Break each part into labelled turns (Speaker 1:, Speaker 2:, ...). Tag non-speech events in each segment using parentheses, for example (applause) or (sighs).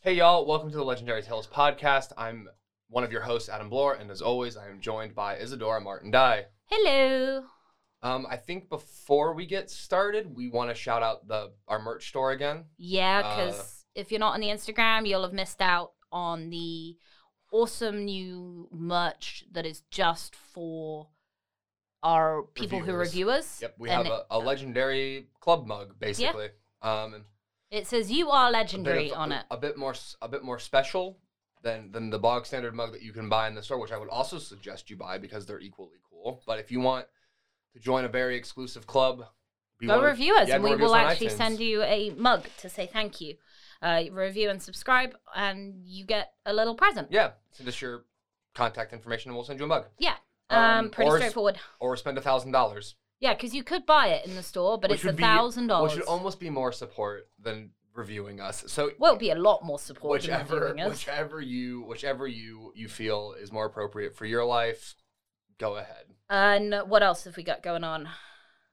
Speaker 1: Hey, y'all. Welcome to the Legendary Tales podcast. I'm one of your hosts, Adam Bloor, and as always, I am joined by Isadora Martin Dye.
Speaker 2: Hello.
Speaker 1: Um, I think before we get started, we want to shout out the our merch store again.
Speaker 2: Yeah,
Speaker 1: Uh,
Speaker 2: because if you're not on the Instagram, you'll have missed out on the awesome new merch that is just for our people who
Speaker 1: Reviewers.
Speaker 2: review us.
Speaker 1: Yep, we
Speaker 2: And
Speaker 1: have a, a legendary club mug, basically. Um, and
Speaker 2: It says you are
Speaker 1: a bit
Speaker 2: legendary
Speaker 1: of-
Speaker 2: on it.
Speaker 1: A bit more, s- a bit more special than than the bog standard mug that you can buy in the store, which I would also suggest you buy because they're equally cool. But if you want to join a very exclusive club, be
Speaker 2: Go
Speaker 1: one of-
Speaker 2: review us,
Speaker 1: yeah,
Speaker 2: and
Speaker 1: go
Speaker 2: we
Speaker 1: review us
Speaker 2: will
Speaker 1: on
Speaker 2: actually
Speaker 1: iTunes.
Speaker 2: send you a mug to say thank you. Uh, review and subscribe, and you get a little present.
Speaker 1: Yeah, send us your contact information, and we'll send you a mug.
Speaker 2: Yeah. Um,
Speaker 1: Um,
Speaker 2: pretty
Speaker 1: or s-
Speaker 2: straightforward.
Speaker 1: Or spend a thousand dollars,
Speaker 2: Yeah, because you could buy it in the store, but
Speaker 1: Which
Speaker 2: it's a
Speaker 1: would be-
Speaker 2: thousand
Speaker 1: which
Speaker 2: dollars.
Speaker 1: would almost be more support than reviewing us. So
Speaker 2: Well, it'd be a lot more support than
Speaker 1: whichever
Speaker 2: reviewing us.
Speaker 1: whichever you whichever you you feel is more appropriate for your life, go ahead.
Speaker 2: And what else have we got going on?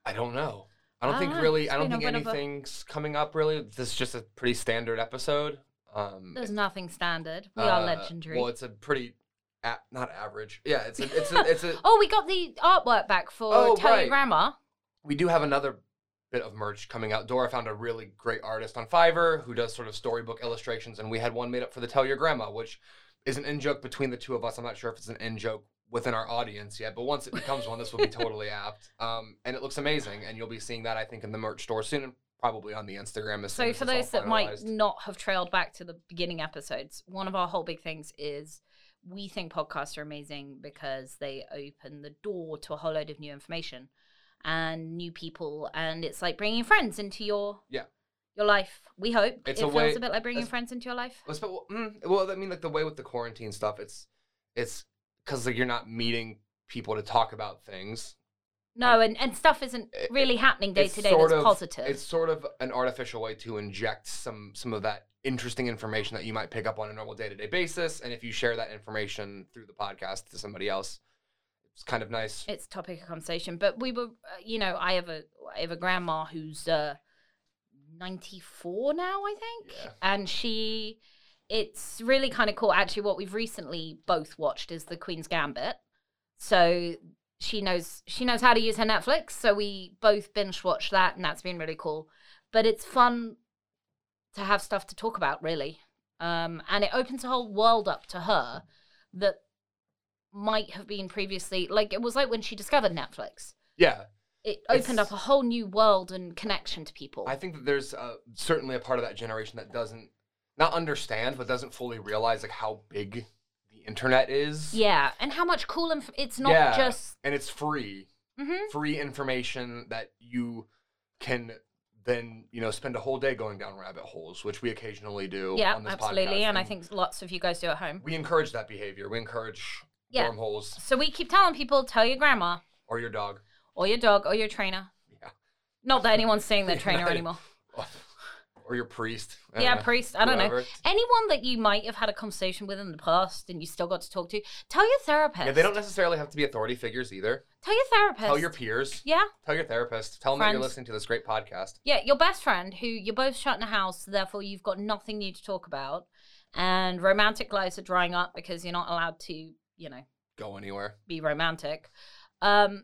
Speaker 1: I don't know. I don't
Speaker 2: I
Speaker 1: think
Speaker 2: don't know.
Speaker 1: really.
Speaker 2: Ah, It's
Speaker 1: I don't
Speaker 2: been a
Speaker 1: think
Speaker 2: bit of a-
Speaker 1: anything's coming up really. This is just a pretty standard episode. Um,
Speaker 2: There's nothing standard. We are
Speaker 1: uh,
Speaker 2: legendary.
Speaker 1: Well, it's a pretty, a- not average. Yeah,
Speaker 2: (laughs)
Speaker 1: it's a, it's a, it's a.
Speaker 2: Oh, we got the artwork back for
Speaker 1: Oh,
Speaker 2: Tell Your
Speaker 1: right.
Speaker 2: Grandma.
Speaker 1: We do have another bit of merch coming out. Dora found a really great artist on Fiverr who does sort of storybook illustrations, and we had one made up for the Tell Your Grandma, which is an in joke between the two of us. I'm not sure if it's an in joke within our audience yet, but once it becomes one, this
Speaker 2: (laughs)
Speaker 1: will be totally apt. Um, and it looks amazing, and you'll be seeing that I think in the merch store soon, and probably on the Instagram. As soon as
Speaker 2: So for
Speaker 1: it's all
Speaker 2: those that might
Speaker 1: finalized.
Speaker 2: not have trailed back to the beginning episodes, one of our whole big things is we think podcasts are amazing because they open the door to a whole load of new information and new people, and it's like bringing friends into your
Speaker 1: Yeah.
Speaker 2: your life. We hope
Speaker 1: It's
Speaker 2: it
Speaker 1: a
Speaker 2: feels
Speaker 1: way-
Speaker 2: a bit like bringing
Speaker 1: it's-
Speaker 2: friends into your life.
Speaker 1: Well, sp- well, mm, well, I mean, like the way with the quarantine stuff, it's it's because like you're not meeting people to talk about things.
Speaker 2: No, and, and stuff isn't
Speaker 1: It-
Speaker 2: really happening day
Speaker 1: it's
Speaker 2: to day
Speaker 1: sort
Speaker 2: that's
Speaker 1: of-
Speaker 2: positive.
Speaker 1: It's sort of an artificial way to inject some some of that interesting information that you might pick up on a normal day to day basis, and if you share that information through the podcast to somebody else, it's kind of nice.
Speaker 2: it's topic of conversation. But we were, uh, you know, I have a I have a grandma who's uh, ninety four now, I think,
Speaker 1: Yeah.
Speaker 2: and she. It's really kind of cool. Actually, what we've recently both watched is The Queen's Gambit. So she knows she knows how to use her Netflix. So we both binge watched that, and that's been really cool. But it's fun to have stuff to talk about, really. Um, and it opens a whole world up to her that might have been previously like it was like when she discovered Netflix.
Speaker 1: yeah,
Speaker 2: It
Speaker 1: It's-
Speaker 2: opened up a whole new world and connection to people.
Speaker 1: I think that there's uh, certainly a part of that generation that doesn't not understand, but doesn't fully realize like how big the internet is.
Speaker 2: yeah, and how much cool inf- it's not
Speaker 1: Yeah.
Speaker 2: just
Speaker 1: and it's free.
Speaker 2: hmm
Speaker 1: free information that you can then you know spend a whole day going down rabbit holes, which we occasionally do.
Speaker 2: yeah,
Speaker 1: oh, on this
Speaker 2: absolutely.
Speaker 1: podcast,
Speaker 2: And I think lots of you guys do at home.
Speaker 1: we encourage that behavior. We encourage
Speaker 2: Yeah.
Speaker 1: wormholes
Speaker 2: So we keep telling people tell your grandma
Speaker 1: or your dog. (laughs)
Speaker 2: or your dog or your trainer.
Speaker 1: Yeah.
Speaker 2: Not that anyone's seeing
Speaker 1: (laughs)
Speaker 2: their
Speaker 1: Yeah, Uh,
Speaker 2: trainer
Speaker 1: no.
Speaker 2: anymore.
Speaker 1: Or your priest. I don't
Speaker 2: Yeah,
Speaker 1: know,
Speaker 2: priest. I don't know.
Speaker 1: whoever.
Speaker 2: Anyone that you might have had a conversation with in the past and you still got to talk to, tell your therapist.
Speaker 1: Yeah, they don't necessarily have to be authority figures either.
Speaker 2: Tell your therapist.
Speaker 1: Tell your peers.
Speaker 2: yeah.
Speaker 1: Tell your therapist. Tell them that you're
Speaker 2: Friends.
Speaker 1: listening to this great podcast.
Speaker 2: Yeah, your best friend who you're both shut in a house, therefore you've got nothing new to talk about, and romantic lives are drying up because you're not allowed to, you know,
Speaker 1: Go anywhere.
Speaker 2: be romantic. Um,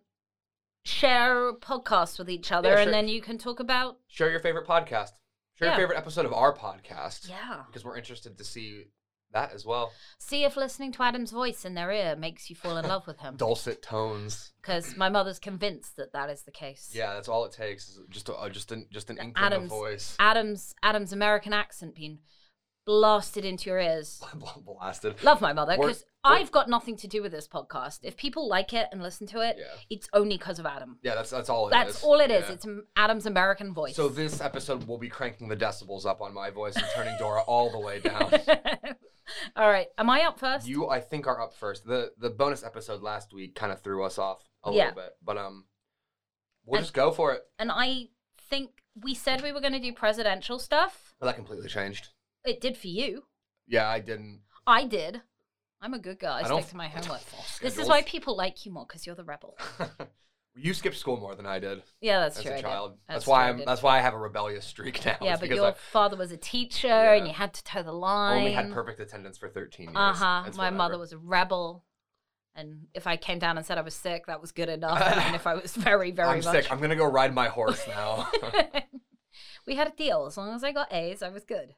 Speaker 2: share podcasts with each other,
Speaker 1: Yeah, sure.
Speaker 2: and then you can talk about
Speaker 1: Share your favorite podcast. Share
Speaker 2: Yeah.
Speaker 1: your favorite episode of our podcast
Speaker 2: yeah.
Speaker 1: because we're interested to see that as well.
Speaker 2: See if listening to Adam's voice in their ear makes
Speaker 1: (laughs)
Speaker 2: you fall in love with him,
Speaker 1: Dulcet tones.
Speaker 2: because my mother's convinced that that is the case.
Speaker 1: Yeah, that's all it takes is just a, uh, just an just an
Speaker 2: The
Speaker 1: inkling of
Speaker 2: Adams-
Speaker 1: voice (laughs)
Speaker 2: Adam's Adam's American accent being blasted into your ears.
Speaker 1: blasted.
Speaker 2: Love my mother
Speaker 1: We're-
Speaker 2: because
Speaker 1: we're-
Speaker 2: I've got nothing to do with this podcast. If people like it and listen to it,
Speaker 1: Yeah,
Speaker 2: it's only because of Adam.
Speaker 1: yeah, that's that's all. it is.
Speaker 2: That's all it is.
Speaker 1: Yeah.
Speaker 2: It's m- Adam's American voice.
Speaker 1: So this episode will be cranking the decibels up on my voice and turning Dora
Speaker 2: (laughs)
Speaker 1: all the way down.
Speaker 2: all right, am I up first?
Speaker 1: You, I think, are up first. the The bonus episode last week kind of threw us off a
Speaker 2: Yeah.
Speaker 1: little bit, but um, we'll
Speaker 2: And-
Speaker 1: just go for it.
Speaker 2: and I think we said we were going to do presidential stuff.
Speaker 1: Well, that completely changed.
Speaker 2: It did for you.
Speaker 1: Yeah, I didn't.
Speaker 2: I did. I'm a good girl. I,
Speaker 1: I don't-
Speaker 2: stick to my
Speaker 1: (laughs) I don't
Speaker 2: homework.
Speaker 1: follow
Speaker 2: This
Speaker 1: (laughs)
Speaker 2: is
Speaker 1: schedules.
Speaker 2: why people like you more because you're the rebel.
Speaker 1: You skipped school more than I did
Speaker 2: Yeah, that's
Speaker 1: as
Speaker 2: true. I
Speaker 1: a
Speaker 2: did.
Speaker 1: child. That's,
Speaker 2: That's true,
Speaker 1: why
Speaker 2: I
Speaker 1: I'm.
Speaker 2: did.
Speaker 1: That's why I have a rebellious streak (laughs) now.
Speaker 2: Yeah,
Speaker 1: is
Speaker 2: but
Speaker 1: because
Speaker 2: your
Speaker 1: I
Speaker 2: father was a teacher and
Speaker 1: Yeah.
Speaker 2: you had to toe the line.
Speaker 1: only had perfect attendance for 13 years.
Speaker 2: Uh huh.
Speaker 1: It's
Speaker 2: My mother
Speaker 1: whatever.
Speaker 2: was a rebel. And if I came down and said I was sick, that was
Speaker 1: (laughs)
Speaker 2: good enough. and if I was very, very
Speaker 1: I'm
Speaker 2: much.
Speaker 1: sick. I'm gonna go ride my horse
Speaker 2: (laughs)
Speaker 1: now. (laughs)
Speaker 2: we had a deal. As long as I got A's, I was good.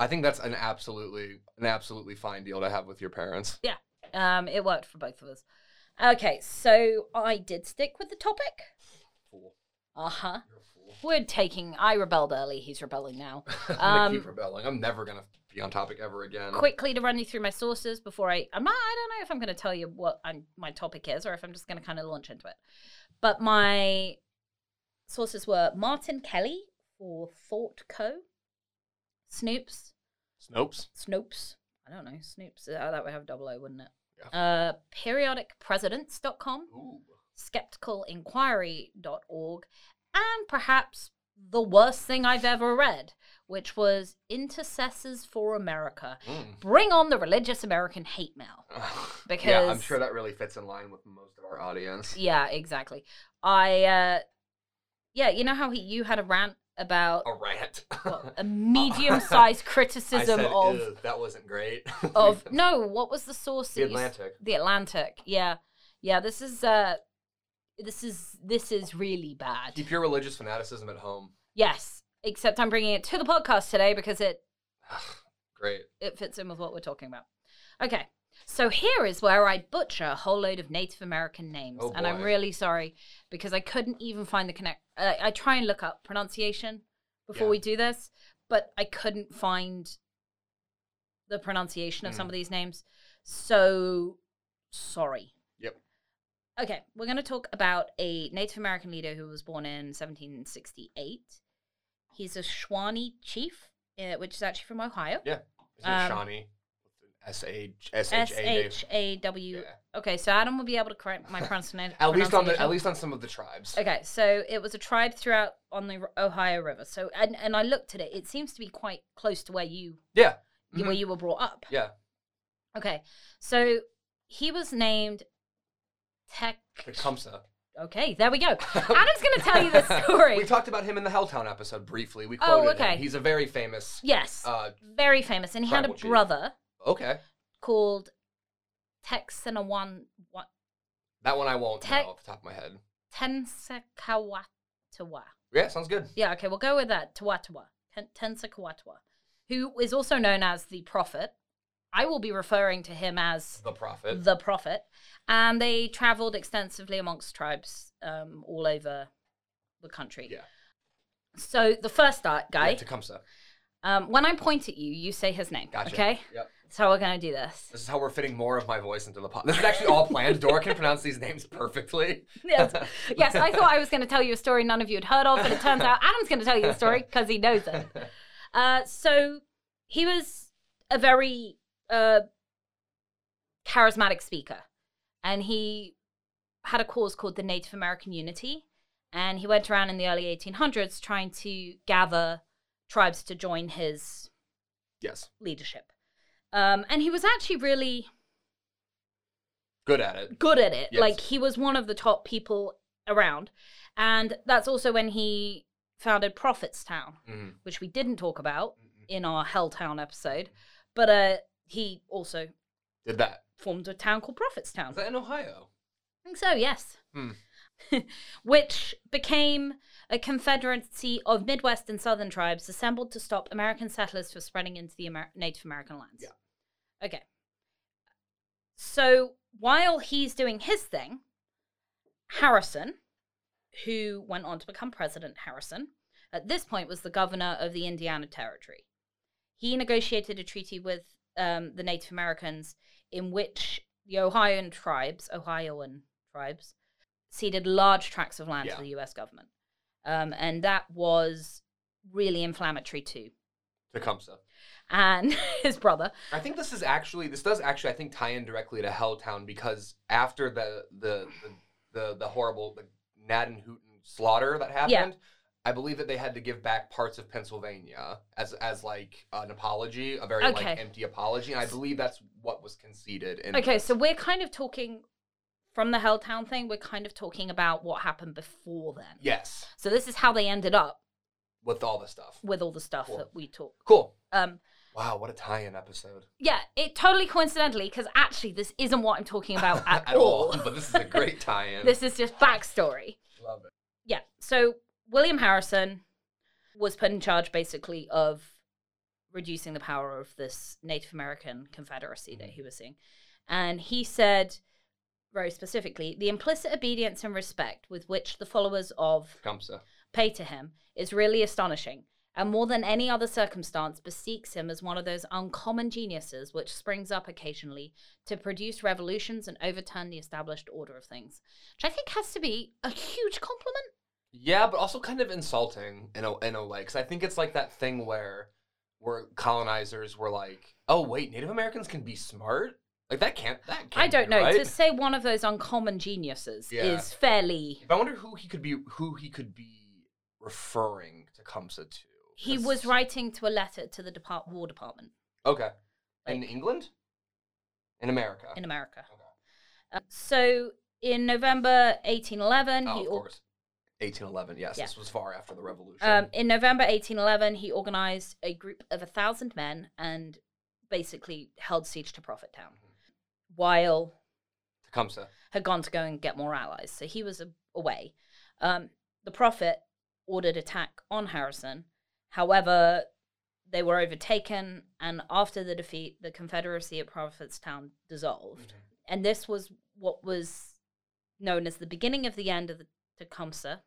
Speaker 1: I think that's an absolutely an absolutely fine deal to have with your parents.
Speaker 2: Um, it worked for both of us. Okay, so I did stick with the topic.
Speaker 1: Fool.
Speaker 2: Uh huh.
Speaker 1: You're (laughs) a fool.
Speaker 2: We're taking. I rebelled early. He's rebelling now.
Speaker 1: I'm gonna keep
Speaker 2: Um,
Speaker 1: rebelling. I'm never gonna be on topic ever again.
Speaker 2: Quickly to run you through my sources before I. I'm not. I don't know if I'm going to tell you what I'm, my topic is, or if I'm just going to kind of launch into it. But my sources were Martin Kelly for Thought Co. Snoop's
Speaker 1: Snopes.
Speaker 2: Snopes. I don't know. Snopes. Uh, that would have double O, wouldn't it?
Speaker 1: Yeah.
Speaker 2: Uh, periodicpresidents.com,
Speaker 1: Ooh.
Speaker 2: skepticalinquiry.org, and perhaps the worst thing I've ever read, which was Intercessors for America.
Speaker 1: Mm. (laughs)
Speaker 2: Bring on the religious American hate mail.
Speaker 1: yeah, I'm
Speaker 2: Because-
Speaker 1: sure that really fits in line with most of our audience.
Speaker 2: Yeah, exactly. I, uh, yeah, you know how he, you had a rant about
Speaker 1: (laughs) A
Speaker 2: (laughs)
Speaker 1: rant.
Speaker 2: well, a medium sized
Speaker 1: Oh. (laughs) I
Speaker 2: criticism
Speaker 1: said,
Speaker 2: of.
Speaker 1: "Ew, that wasn't great. (laughs)
Speaker 2: of no what was the source
Speaker 1: the
Speaker 2: that you s-
Speaker 1: Atlantic.
Speaker 2: the atlantic yeah yeah this is uh this is this is really bad
Speaker 1: Keep your religious fanaticism at home. (sighs)
Speaker 2: yes except i'm bringing it to the podcast today because it
Speaker 1: great.
Speaker 2: it fits in with what we're talking about okay so here is where i butcher a whole load of native american names
Speaker 1: Oh,
Speaker 2: and i'm
Speaker 1: boy.
Speaker 2: really sorry because i couldn't even find the connect uh, i try and look up pronunciation before
Speaker 1: Yeah.
Speaker 2: we do this but i couldn't find the pronunciation of some
Speaker 1: Mm.
Speaker 2: of these names so sorry
Speaker 1: Yep.
Speaker 2: Okay, we're going to talk about a Native American leader who was born in 1768. He's a Shawnee chief, uh, which is actually from Ohio.
Speaker 1: Is it
Speaker 2: Um,
Speaker 1: Shawnee? S A S
Speaker 2: S
Speaker 1: H A.
Speaker 2: H A W.
Speaker 1: Yeah.
Speaker 2: Okay, so Adam will be able to
Speaker 1: (laughs)
Speaker 2: correct my pronunciation.
Speaker 1: At least on the at least on some of the tribes.
Speaker 2: Okay, so it was a tribe throughout on the R- Ohio River. So and and I looked at it. It seems to be quite close to where you
Speaker 1: Yeah.
Speaker 2: y- where you were brought up.
Speaker 1: Mm-hmm. Yeah.
Speaker 2: Okay, so he was named Tech.
Speaker 1: (laughs) Tecumseh.
Speaker 2: Okay,
Speaker 1: (laughs)
Speaker 2: there we go. Adam's going to tell you the story.
Speaker 1: we talked about him in the Helltown episode briefly. We
Speaker 2: Oh,
Speaker 1: quoted
Speaker 2: okay.
Speaker 1: him. He's a very famous.
Speaker 2: Yes,
Speaker 1: Uh,
Speaker 2: very famous, and he had a
Speaker 1: tribal chief.
Speaker 2: brother
Speaker 1: okay,
Speaker 2: called Texanawan wa-
Speaker 1: that one I won't
Speaker 2: Tec-
Speaker 1: know off the top of my head.
Speaker 2: Tensakawatawa.
Speaker 1: Yeah, sounds good.
Speaker 2: Yeah, okay, we'll go with that. Tawatawa, Ten- Tensakawatawa, who is also known as the Prophet. I will be referring to him as
Speaker 1: The prophet.
Speaker 2: the Prophet, and they traveled extensively amongst tribes um, all over the country.
Speaker 1: Yeah.
Speaker 2: So the first uh, guy,
Speaker 1: Yeah, Tecumseh.
Speaker 2: um, when I point at you, you say his name.
Speaker 1: Gotcha.
Speaker 2: Okay,
Speaker 1: Yep.
Speaker 2: that's how we're gonna
Speaker 1: (laughs)
Speaker 2: do this.
Speaker 1: This is how we're fitting more of my voice into the pot. This is actually all planned. Dora can pronounce these names
Speaker 2: (laughs)
Speaker 1: perfectly.
Speaker 2: yes. yes, I thought I was going to tell you a story none of you had heard of, but it turns out Adam's going to tell you the story because he knows it. Uh, so he was a very uh, charismatic speaker, and he had a cause called the Native American Unity. And he went around in the early 1800s trying to gather tribes to join his
Speaker 1: yes,
Speaker 2: leadership. Um, and he was actually really
Speaker 1: good at it.
Speaker 2: good at it.
Speaker 1: Yes.
Speaker 2: Like he was one of the top people around. And that's also when he founded Prophetstown,
Speaker 1: Mhm.
Speaker 2: which we didn't talk about
Speaker 1: Mm-hmm.
Speaker 2: in our Helltown episode. But uh he also
Speaker 1: Did that.
Speaker 2: formed a town called Prophetstown.
Speaker 1: Is that in Ohio?
Speaker 2: I think so, yes.
Speaker 1: Hmm.
Speaker 2: (laughs) Which became a confederacy of Midwest and Southern tribes assembled to stop American settlers from spreading into the Amer- Native American lands. Yeah. Okay. So while he's doing his thing, Harrison, who went on to become President Harrison, at this point was the governor of the Indiana Territory. He negotiated a treaty with um, the Native Americans in which the Ohioan tribes, Ohioan tribes, ceded large tracts of land
Speaker 1: Yeah.
Speaker 2: to the U.S. government, um, and that was really inflammatory too.
Speaker 1: Tecumseh.
Speaker 2: And (laughs) his brother,
Speaker 1: I think this is actually this does actually I think tie in directly to Helltown because after the the the the, the horrible the Naden Hooten slaughter that happened, I believe that they had to give back parts of Pennsylvania as as like an apology, a very
Speaker 2: Okay.
Speaker 1: like empty apology, and I believe that's what was conceded. In
Speaker 2: Okay,
Speaker 1: this.
Speaker 2: so we're kind of talking from the Helltown thing, we're kind of talking about what happened before then.
Speaker 1: Yes,
Speaker 2: So this is how they ended up
Speaker 1: with all the stuff.
Speaker 2: with all the stuff
Speaker 1: Cool.
Speaker 2: that we talk.
Speaker 1: Cool.
Speaker 2: Um,
Speaker 1: Wow, what a tie-in episode.
Speaker 2: yeah, it totally coincidentally because actually this isn't what I'm talking about at, all.
Speaker 1: (laughs) but this is a
Speaker 2: (laughs)
Speaker 1: great tie-in.
Speaker 2: Ah, this is just backstory.
Speaker 1: Love it.
Speaker 2: yeah so william harrison was put in charge basically of reducing the power of this native american confederacy that he was seeing and he said very specifically the implicit obedience and respect with which the followers of
Speaker 1: Tecumseh.
Speaker 2: pay to him is really astonishing and more than any other circumstance bespeaks him as one of those uncommon geniuses which springs up occasionally to produce revolutions and overturn the established order of things which i think has to be a huge compliment
Speaker 1: Yeah, but also kind of insulting in a in a way because I think it's like that thing where where colonizers were like, oh wait, Native Americans can be smart. Like that can't that can't.
Speaker 2: I don't
Speaker 1: be
Speaker 2: know.
Speaker 1: right.
Speaker 2: To say one of those uncommon geniuses
Speaker 1: Yeah.
Speaker 2: is fairly.
Speaker 1: I wonder who he could be who he could be referring Tecumseh to.
Speaker 2: He
Speaker 1: 'Cause-
Speaker 2: was writing to a letter to the depart- War Department
Speaker 1: Okay, in
Speaker 2: Like-
Speaker 1: England, in America.
Speaker 2: in America.
Speaker 1: Ah, Okay.
Speaker 2: Uh, so in November 1811,
Speaker 1: Oh,
Speaker 2: he
Speaker 1: of
Speaker 2: or-
Speaker 1: course. 1811. Yes,
Speaker 2: Yeah.
Speaker 1: this was far after the revolution.
Speaker 2: um, in November 1811 he organized a group of a thousand men and basically held siege to Prophet Town,
Speaker 1: Mm-hmm.
Speaker 2: while
Speaker 1: Tecumseh.
Speaker 2: had gone to go and get more allies. So he was a- away. Um, the Prophet ordered attack on Harrison. However, they were overtaken, and after the defeat, the Confederacy at Prophetstown dissolved. And this was what was known as the beginning of the end of the Tecumseh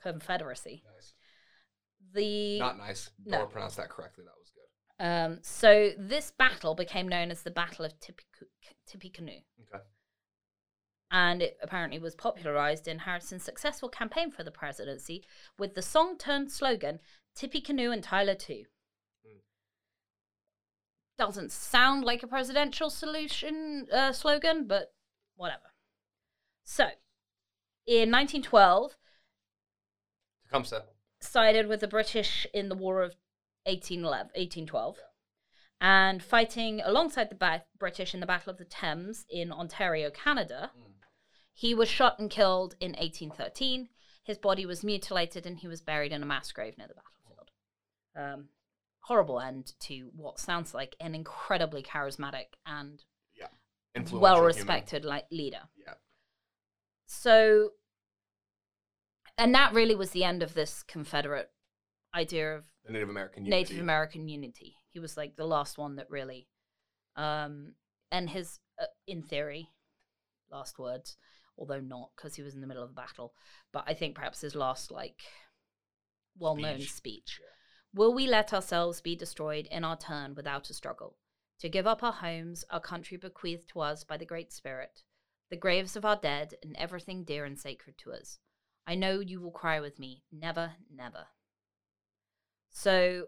Speaker 2: Confederacy.
Speaker 1: Nice.
Speaker 2: The
Speaker 1: Not nice.
Speaker 2: No.
Speaker 1: Dora pronounced that correctly. That was good.
Speaker 2: um, so this battle became known as the Battle of Tippecanoe. Tippecanoe.
Speaker 1: Okay.
Speaker 2: and it apparently was popularized in Harrison's successful campaign for the presidency with the song turned slogan Tippecanoe and Tyler too.
Speaker 1: Hmm.
Speaker 2: Doesn't sound like a presidential solution uh, slogan, but whatever. So, in 1912,
Speaker 1: Tecumseh.
Speaker 2: sided with the British in the War of 1811, 1812 and fighting alongside the ba- British in the Battle of the Thames in Ontario, Canada.
Speaker 1: Mm.
Speaker 2: He was shot and killed in 1813. His body was mutilated and he was buried in a mass grave near the battlefield. Um, horrible end to what sounds like an incredibly charismatic and
Speaker 1: Influential
Speaker 2: well
Speaker 1: human.
Speaker 2: respected like leader.
Speaker 1: Yeah.
Speaker 2: So, and that really was the end of this Confederate idea of
Speaker 1: The Native American.
Speaker 2: Native
Speaker 1: unity.
Speaker 2: American unity. He was like the last one that really, um, and his, uh, in theory, last words, although not because he was in the middle of the battle, but I think perhaps his last like well-known speech.
Speaker 1: Speech. Yeah.
Speaker 2: Will we let ourselves be destroyed in our turn without a struggle? To give up our homes, our country bequeathed to us by the Great Spirit, the graves of our dead, and everything dear and sacred to us. I know you will cry with me, never, never. So,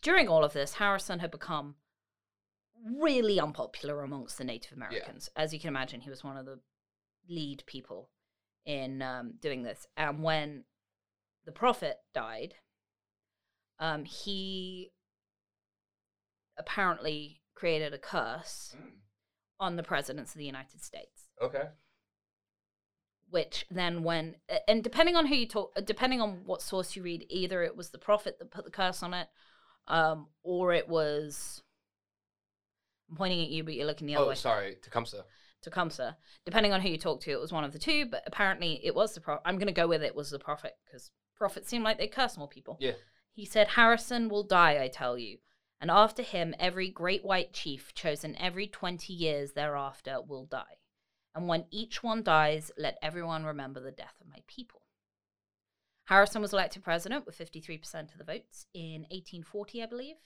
Speaker 2: during all of this, Harrison had become really unpopular amongst the Native Americans. As you can imagine, he was one of the lead people in um, doing this. And when the prophet died, um, he apparently created a curse
Speaker 1: Mm.
Speaker 2: on the presidents of the United States
Speaker 1: Okay.
Speaker 2: which then when a- and depending on who you talk depending on what source you read either it was the prophet that put the curse on it um or it was I'm pointing at you but you're looking the other
Speaker 1: Oh,
Speaker 2: way
Speaker 1: sorry, Tecumseh.
Speaker 2: Tecumseh depending on who you talk to it was one of the two but apparently it was the prophet I'm going to go with it was the prophet because prophets seem like they curse more people
Speaker 1: Yeah.
Speaker 2: he said Harrison will die I tell you and after him every great white chief chosen every 20 years thereafter will die and when each one dies, let everyone remember the death of my people. Harrison was elected president with 53% of the votes in 1840, I believe,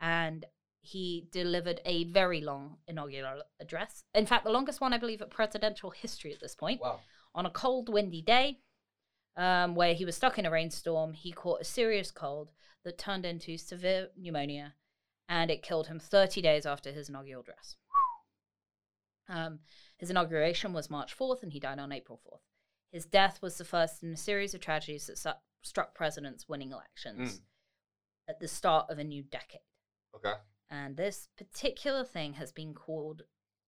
Speaker 2: and he delivered a very long inaugural address. In fact, the longest one, I believe, at presidential history at this point
Speaker 1: Wow.
Speaker 2: on a cold, windy day um, where he was stuck in a rainstorm. He caught a serious cold that turned into severe pneumonia and it killed him 30 days after his inaugural address. Um, his inauguration was March 4th and he died on April 4th. His death was the first in a series of tragedies that su- struck presidents winning elections at the start of a new decade.
Speaker 1: Okay.
Speaker 2: And this particular thing has been called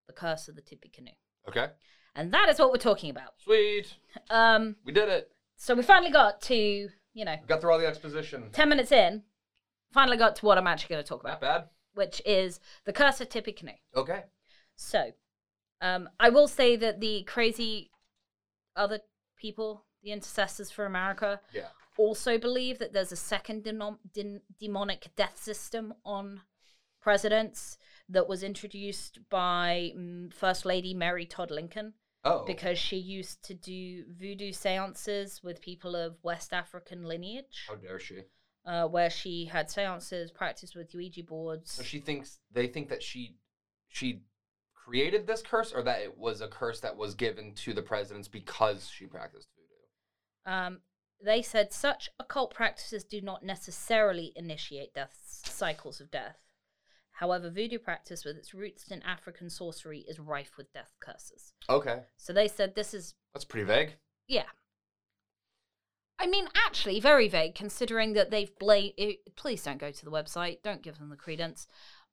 Speaker 2: the curse of the Tippecanoe.
Speaker 1: Okay.
Speaker 2: And that is what we're talking about.
Speaker 1: Sweet.
Speaker 2: Um,
Speaker 1: We did it.
Speaker 2: so we finally got to, you know,
Speaker 1: Got through all the exposition.
Speaker 2: 10 minutes in, finally got to what I'm actually going to talk
Speaker 1: Not
Speaker 2: about,
Speaker 1: bad.
Speaker 2: which is the curse of Tippecanoe.
Speaker 1: Okay.
Speaker 2: So, um, I will say that the crazy other people, the intercessors for America,
Speaker 1: Yeah.
Speaker 2: also believe that there's a second denom- den- demonic death system on presidents that was introduced by mm, First Lady Mary Todd Lincoln
Speaker 1: Oh.
Speaker 2: because she used to do voodoo seances with people of West African lineage,
Speaker 1: How dare she?
Speaker 2: uh, where she had seances practiced with Ouija boards.
Speaker 1: So she thinks they think that she she created this curse or that it was a curse that was given to the presidents because she practiced voodoo.
Speaker 2: Um, they said such occult practices do not necessarily initiate death cycles of death. However, voodoo practice, with its roots in African sorcery, is rife with death curses.
Speaker 1: Okay.
Speaker 2: So they said this is,
Speaker 1: That's pretty vague.
Speaker 2: yeah. I mean, actually, very vague considering that they've blamed. Please don't go to the website. Don't give them the credence.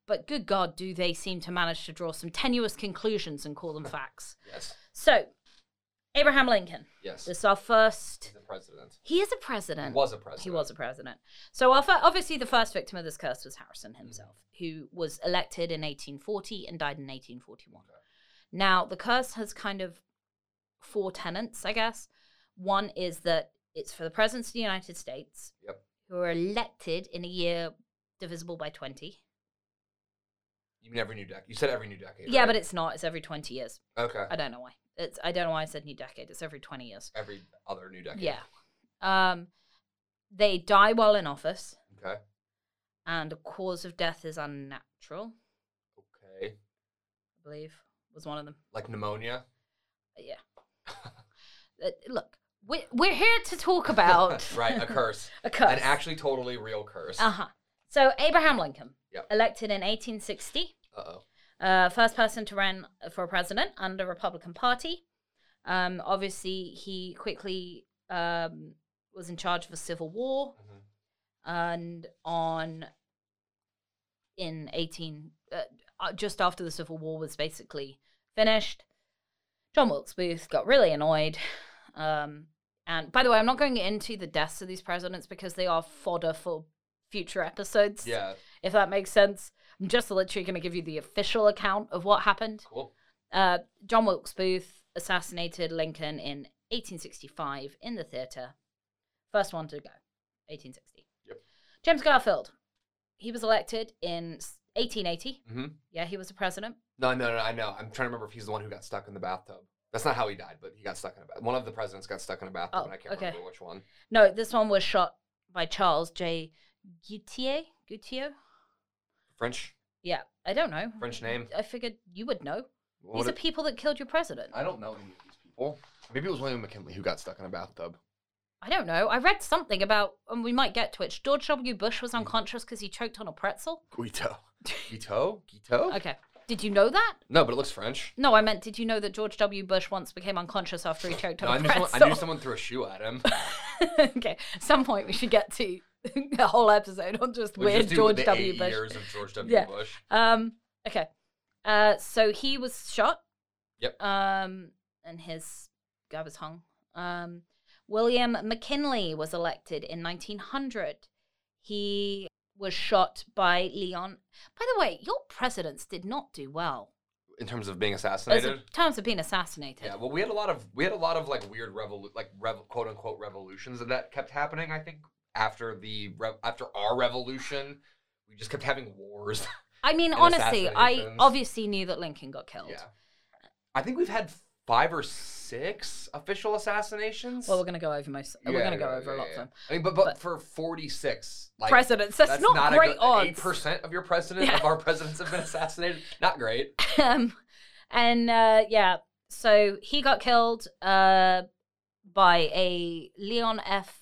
Speaker 2: But good God, do they seem to manage to draw some tenuous conclusions and call them facts?
Speaker 1: Yes.
Speaker 2: So, Abraham Lincoln.
Speaker 1: Yes.
Speaker 2: This is our first.
Speaker 1: He's a president.
Speaker 2: He is a
Speaker 1: He
Speaker 2: president.
Speaker 1: was a president.
Speaker 2: He was a president. So our fir- obviously the first victim of this curse was
Speaker 1: Mm.
Speaker 2: Harrison himself, who was elected in 1840 and died in 1841.
Speaker 1: Okay.
Speaker 2: Now the curse has kind of four tenets, I guess. One is that it's for the presidents of the United States,
Speaker 1: Yep.
Speaker 2: who are elected in a year divisible by 20.
Speaker 1: You never knew decade. You said every new decade.
Speaker 2: Yeah, but
Speaker 1: right?
Speaker 2: it's not. It's every 20 years.
Speaker 1: okay.
Speaker 2: I don't know why. It's I don't know why I said new decade. It's every 20 years.
Speaker 1: Every other new decade.
Speaker 2: Yeah. Um, they die while in office.
Speaker 1: Okay.
Speaker 2: and the cause of death is unnatural,
Speaker 1: Okay.
Speaker 2: I believe, was one of them.
Speaker 1: Like pneumonia.
Speaker 2: But yeah. Uh, look, we're, we're here to
Speaker 1: (laughs)
Speaker 2: talk about
Speaker 1: right. A curse.
Speaker 2: (laughs) a curse.
Speaker 1: An actually totally real curse.
Speaker 2: Uh huh. So, Abraham Lincoln,
Speaker 1: Yep.
Speaker 2: elected in 1860,
Speaker 1: Uh-oh.
Speaker 2: uh, first person to run for president under Republican Party. Um, obviously, he quickly um, was in charge of a civil war.
Speaker 1: Mhm.
Speaker 2: and on in 18 uh, uh, just after the civil war was basically finished john wilkes booth got really annoyed um, and by the way i'm not going into the deaths of these presidents because they are fodder for future episodes
Speaker 1: Yeah.
Speaker 2: if that makes sense i'm just literally going to give you the official account of what happened
Speaker 1: Cool.
Speaker 2: uh, John Wilkes Booth assassinated Lincoln in 1865 in the theater. First one to go, 1860.
Speaker 1: Yep.
Speaker 2: James Garfield, he was elected in s- 1880.
Speaker 1: Mm-hmm.
Speaker 2: Yeah, he was the president.
Speaker 1: No, no, no, I know. I'm trying to remember if he's the one who got stuck in the bathtub. That's not how he died, but he got stuck in a bath. One of the presidents got stuck in a bathtub,
Speaker 2: Oh,
Speaker 1: and I can't
Speaker 2: okay.
Speaker 1: remember which one.
Speaker 2: No, this one was shot by Charles J. Gutier. Gutier.
Speaker 1: French,
Speaker 2: Yeah, I don't know.
Speaker 1: French name.
Speaker 2: I figured you would know.
Speaker 1: What
Speaker 2: These are
Speaker 1: it-
Speaker 2: people that killed your president.
Speaker 1: I don't know any of these people. Maybe it was William McKinley who got stuck in a bathtub.
Speaker 2: I don't know. I read something about, and we might get to it. George W. Bush was unconscious because he choked on a pretzel. (laughs)
Speaker 1: Guito. Guito? Guito?
Speaker 2: Okay. Did you know that?
Speaker 1: No, but it looks
Speaker 2: (laughs)
Speaker 1: French.
Speaker 2: No, I meant, did you know that George W. Bush once became unconscious after he choked
Speaker 1: No,
Speaker 2: on
Speaker 1: I
Speaker 2: a
Speaker 1: knew, someone, I knew
Speaker 2: pretzel?
Speaker 1: someone threw a shoe at
Speaker 2: (laughs)
Speaker 1: him.
Speaker 2: okay, some point we should get to (laughs) a whole episode on just
Speaker 1: We
Speaker 2: weird
Speaker 1: just do
Speaker 2: George
Speaker 1: the
Speaker 2: W.
Speaker 1: eight
Speaker 2: Bush.
Speaker 1: years of George W.
Speaker 2: Yeah.
Speaker 1: Bush.
Speaker 2: Um, okay, uh, so he was shot.
Speaker 1: Yep.
Speaker 2: Um, and his guy was hung. Um, William McKinley was elected in 1900. He was shot by Leon. By the way, your presidents did not do well
Speaker 1: In terms of being
Speaker 2: as
Speaker 1: assassinated.
Speaker 2: in terms of being assassinated.
Speaker 1: Yeah, well, we had a lot of we had a lot of like weird revolu- like rev- quote unquote revolutions that, that kept happening. I think after the rev- after our revolution, we just kept having wars. (laughs)
Speaker 2: I mean,
Speaker 1: and
Speaker 2: honestly, I
Speaker 1: assassinations.
Speaker 2: obviously knew that Lincoln got killed.
Speaker 1: yeah, I think we've had five or six official assassinations.
Speaker 2: Well, we're going to go over most. we're
Speaker 1: Yeah,
Speaker 2: going to go
Speaker 1: yeah,
Speaker 2: over a
Speaker 1: yeah,
Speaker 2: lot of
Speaker 1: yeah.
Speaker 2: them.
Speaker 1: I mean, but but,
Speaker 2: but-
Speaker 1: for forty six, like
Speaker 2: presidents. That's, not, great
Speaker 1: Eight
Speaker 2: odds.
Speaker 1: percent of your president
Speaker 2: Yeah.
Speaker 1: of our presidents have been assassinated. Not great.
Speaker 2: (laughs) um, and uh, yeah, so he got killed uh, by a Leon F.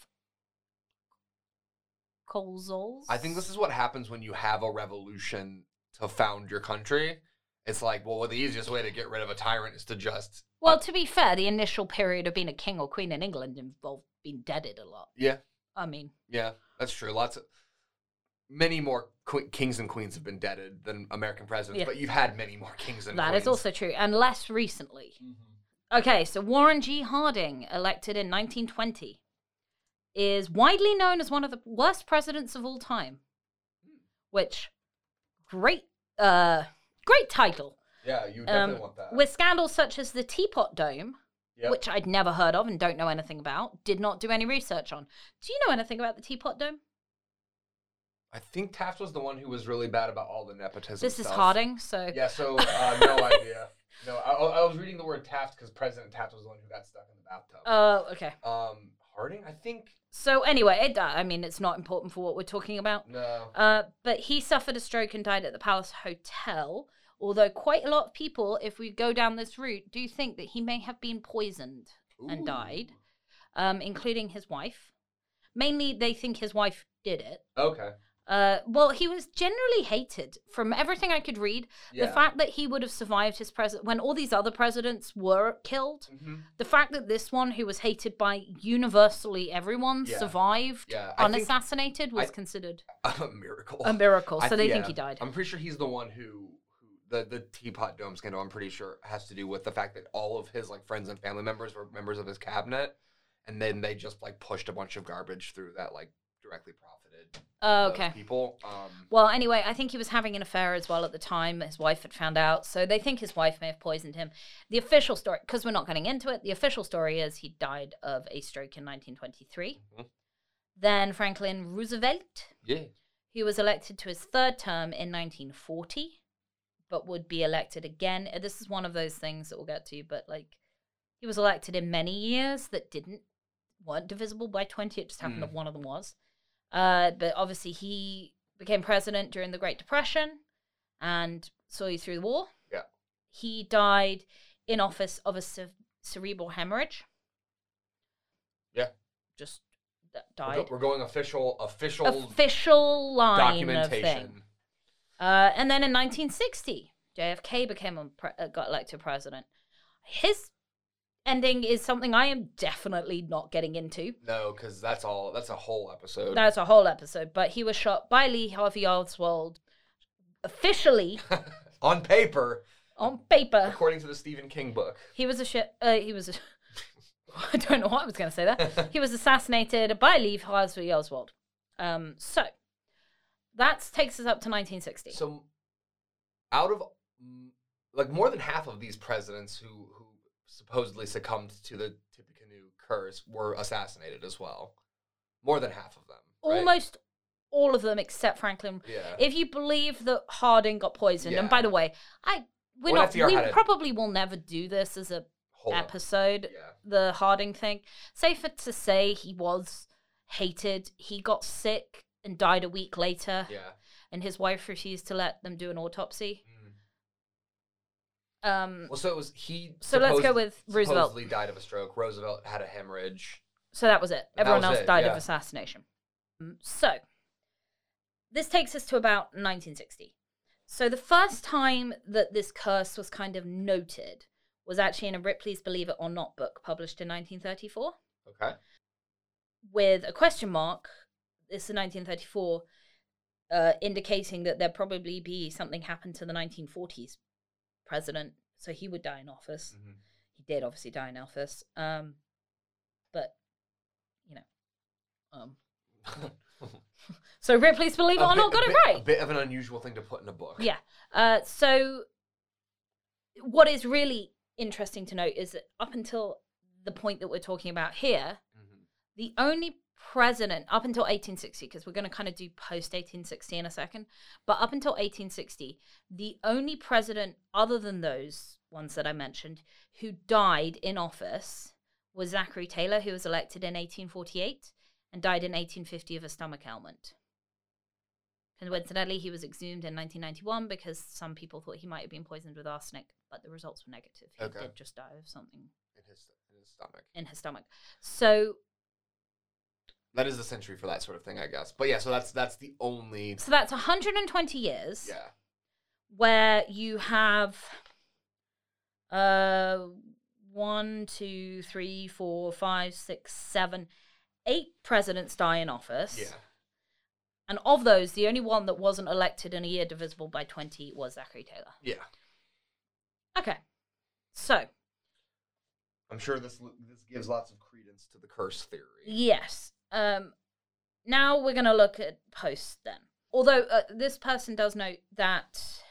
Speaker 2: Colzols.
Speaker 1: I think this is what happens when you have a revolution to found your country. It's like, well, the easiest way to get rid of a tyrant is to just
Speaker 2: Well, to be fair, the initial period of being a king or queen in England involved being deaded a lot.
Speaker 1: yeah,
Speaker 2: I mean,
Speaker 1: yeah, that's true. Lots of many more que- kings and queens have been deaded than American presidents,
Speaker 2: Yeah.
Speaker 1: but you've had many more kings and
Speaker 2: that
Speaker 1: queens.
Speaker 2: is
Speaker 1: Mm-hmm.
Speaker 2: also true, and less recently. Okay, so Warren G. Harding, elected in 1920, is widely known as one of the worst presidents of all time. Which great uh great title.
Speaker 1: Yeah, you
Speaker 2: Um,
Speaker 1: definitely want that.
Speaker 2: With scandals such as the Teapot Dome,
Speaker 1: Yep.
Speaker 2: which I'd never heard of and don't know anything about, did not do any research on. Do you know anything about the Teapot Dome?
Speaker 1: I think Taft was the one who was really bad about all the nepotism.
Speaker 2: This is
Speaker 1: stuff.
Speaker 2: Harding, so
Speaker 1: Yeah, so
Speaker 2: (laughs)
Speaker 1: uh, no idea. No, I, I was reading the word Taft because President Taft was the one who got stuck in the bathtub.
Speaker 2: uh okay.
Speaker 1: um, Harding, I think.
Speaker 2: So anyway, it, uh, I mean it's not important for what we're talking about.
Speaker 1: No.
Speaker 2: Uh, but he suffered a stroke and died at the Palace Hotel. Although quite a lot of people, if we go down this route, do think that he may have been poisoned, and
Speaker 1: Ooh.
Speaker 2: died. um, including his wife. Mainly, they think his wife did it.
Speaker 1: Okay.
Speaker 2: Uh, well, he was generally hated from everything I could read.
Speaker 1: Yeah.
Speaker 2: The fact that he would have survived his president when all these other presidents were killed,
Speaker 1: Mhm.
Speaker 2: the fact that this one, who was hated by universally everyone,
Speaker 1: Yeah.
Speaker 2: survived
Speaker 1: Yeah. I (laughs) think
Speaker 2: unassassinated was
Speaker 1: I-
Speaker 2: considered
Speaker 1: a miracle.
Speaker 2: a miracle.
Speaker 1: I
Speaker 2: So
Speaker 1: th-
Speaker 2: they
Speaker 1: yeah.
Speaker 2: think he died.
Speaker 1: I'm pretty sure he's the one who, who the the teapot dome scandal. I'm pretty sure has to do with the fact that all of his like friends and family members were members of his cabinet, and then they just like pushed a bunch of garbage through that like directly profited
Speaker 2: Oh,
Speaker 1: those
Speaker 2: okay.
Speaker 1: people. Um,
Speaker 2: Well, anyway, I think he was having an affair as well at the time. His wife had found out, so they think his wife may have poisoned him. The official story, because we're not getting into it, the official story is he died of a stroke in 1923.
Speaker 1: Mhm.
Speaker 2: Then Franklin Roosevelt,
Speaker 1: yeah.
Speaker 2: who was elected to his third term in 1940, but would be elected again. Uh, This is one of those things that we'll get to, but like he was elected in many years that didn't weren't divisible by 20. It just happened
Speaker 1: Mm.
Speaker 2: that one of them was. Uh, but obviously, he became president during the Great Depression and saw you through the war.
Speaker 1: Yeah.
Speaker 2: He died in office of a ce- cerebral hemorrhage.
Speaker 1: Yeah.
Speaker 2: Just d-
Speaker 1: We're, go-
Speaker 2: died.
Speaker 1: we're going official official,
Speaker 2: Official line of thing.
Speaker 1: documentation.
Speaker 2: Uh, and then in 1960, JFK became a pre- uh, got elected president. His ending is something I am definitely not getting into.
Speaker 1: No, because that's all. That's a whole episode.
Speaker 2: That's a whole episode. But he was shot by Lee Harvey Oswald, officially
Speaker 1: On paper,
Speaker 2: on paper.
Speaker 1: according to the Stephen King book. (laughs)
Speaker 2: He was a shit. Uh, he was. A- (laughs) I don't know why I was going to say that. He was assassinated by Lee Harvey Oswald. Um, so that takes us up to 1960.
Speaker 1: So, out of mm, like more than half of these presidents who who supposedly succumbed to the Tippecanoe curse were assassinated as well. More than half of them. right?
Speaker 2: Almost all of them except Franklin
Speaker 1: Yeah.
Speaker 2: if you believe that Harding got poisoned, and
Speaker 1: Yeah.
Speaker 2: by the way, I we're
Speaker 1: Well,
Speaker 2: not
Speaker 1: FDR
Speaker 2: we
Speaker 1: had a-
Speaker 2: probably will never do this as a
Speaker 1: Hold up.
Speaker 2: episode,
Speaker 1: Yeah.
Speaker 2: the Harding thing. Safer to say he was hated. He got sick and died a week later,
Speaker 1: Yeah.
Speaker 2: and his wife refused to let them do an autopsy.
Speaker 1: Mm.
Speaker 2: Um,
Speaker 1: Well, so it was he.
Speaker 2: so let's go
Speaker 1: supposed-
Speaker 2: with Roosevelt.
Speaker 1: Supposedly died of a stroke. Roosevelt had a hemorrhage.
Speaker 2: So that was it.
Speaker 1: That
Speaker 2: Everyone
Speaker 1: was
Speaker 2: else
Speaker 1: it,
Speaker 2: died of
Speaker 1: yeah.
Speaker 2: assassination. Mm, So this takes us to about 1960. So the first time that this curse was kind of noted was actually in a Ripley's Believe It or Not book published in 1934
Speaker 1: Okay.
Speaker 2: with a question mark. This is 1934, uh, indicating that there probably be something happened to the 1940s president. So he would die in office
Speaker 1: Mhm.
Speaker 2: he did obviously die in Elphus. Um, but you know, um,
Speaker 1: (laughs)
Speaker 2: so Ripley's believe it
Speaker 1: Mm-hmm. A
Speaker 2: or not
Speaker 1: bit- a
Speaker 2: got it
Speaker 1: bit- A (laughs)
Speaker 2: right.
Speaker 1: bit of an unusual thing to put in a book.
Speaker 2: Yeah. Uh, so what is really interesting to note is that up until the point that we're talking about here,
Speaker 1: Mhm.
Speaker 2: the only president up until 1860 because we're going to kind of do post 1860 in a second but up until 1860 the only president other than those ones that i mentioned who died in office was zachary taylor who was elected in 1848 and died in 1850 of a stomach ailment coincidentally he was exhumed in 1991 because some people thought he might have been poisoned with arsenic but the results were negative he
Speaker 1: Okay.
Speaker 2: did just die of something
Speaker 1: In his in his stomach.
Speaker 2: in his stomach so
Speaker 1: That is the century for that sort of thing, I guess. But yeah, so that's that's the only.
Speaker 2: So that's 120 years
Speaker 1: Yeah.
Speaker 2: where you have uh one, two, three, four, five, six, seven, eight presidents die in office.
Speaker 1: Yeah.
Speaker 2: And of those, the only one that wasn't elected in a year divisible by 20 was Zachary Taylor.
Speaker 1: Yeah.
Speaker 2: Okay. So
Speaker 1: I'm sure this this gives lots of credence to the curse theory.
Speaker 2: Yes. Um, now we're going to look at posts then. Although uh, this person does note that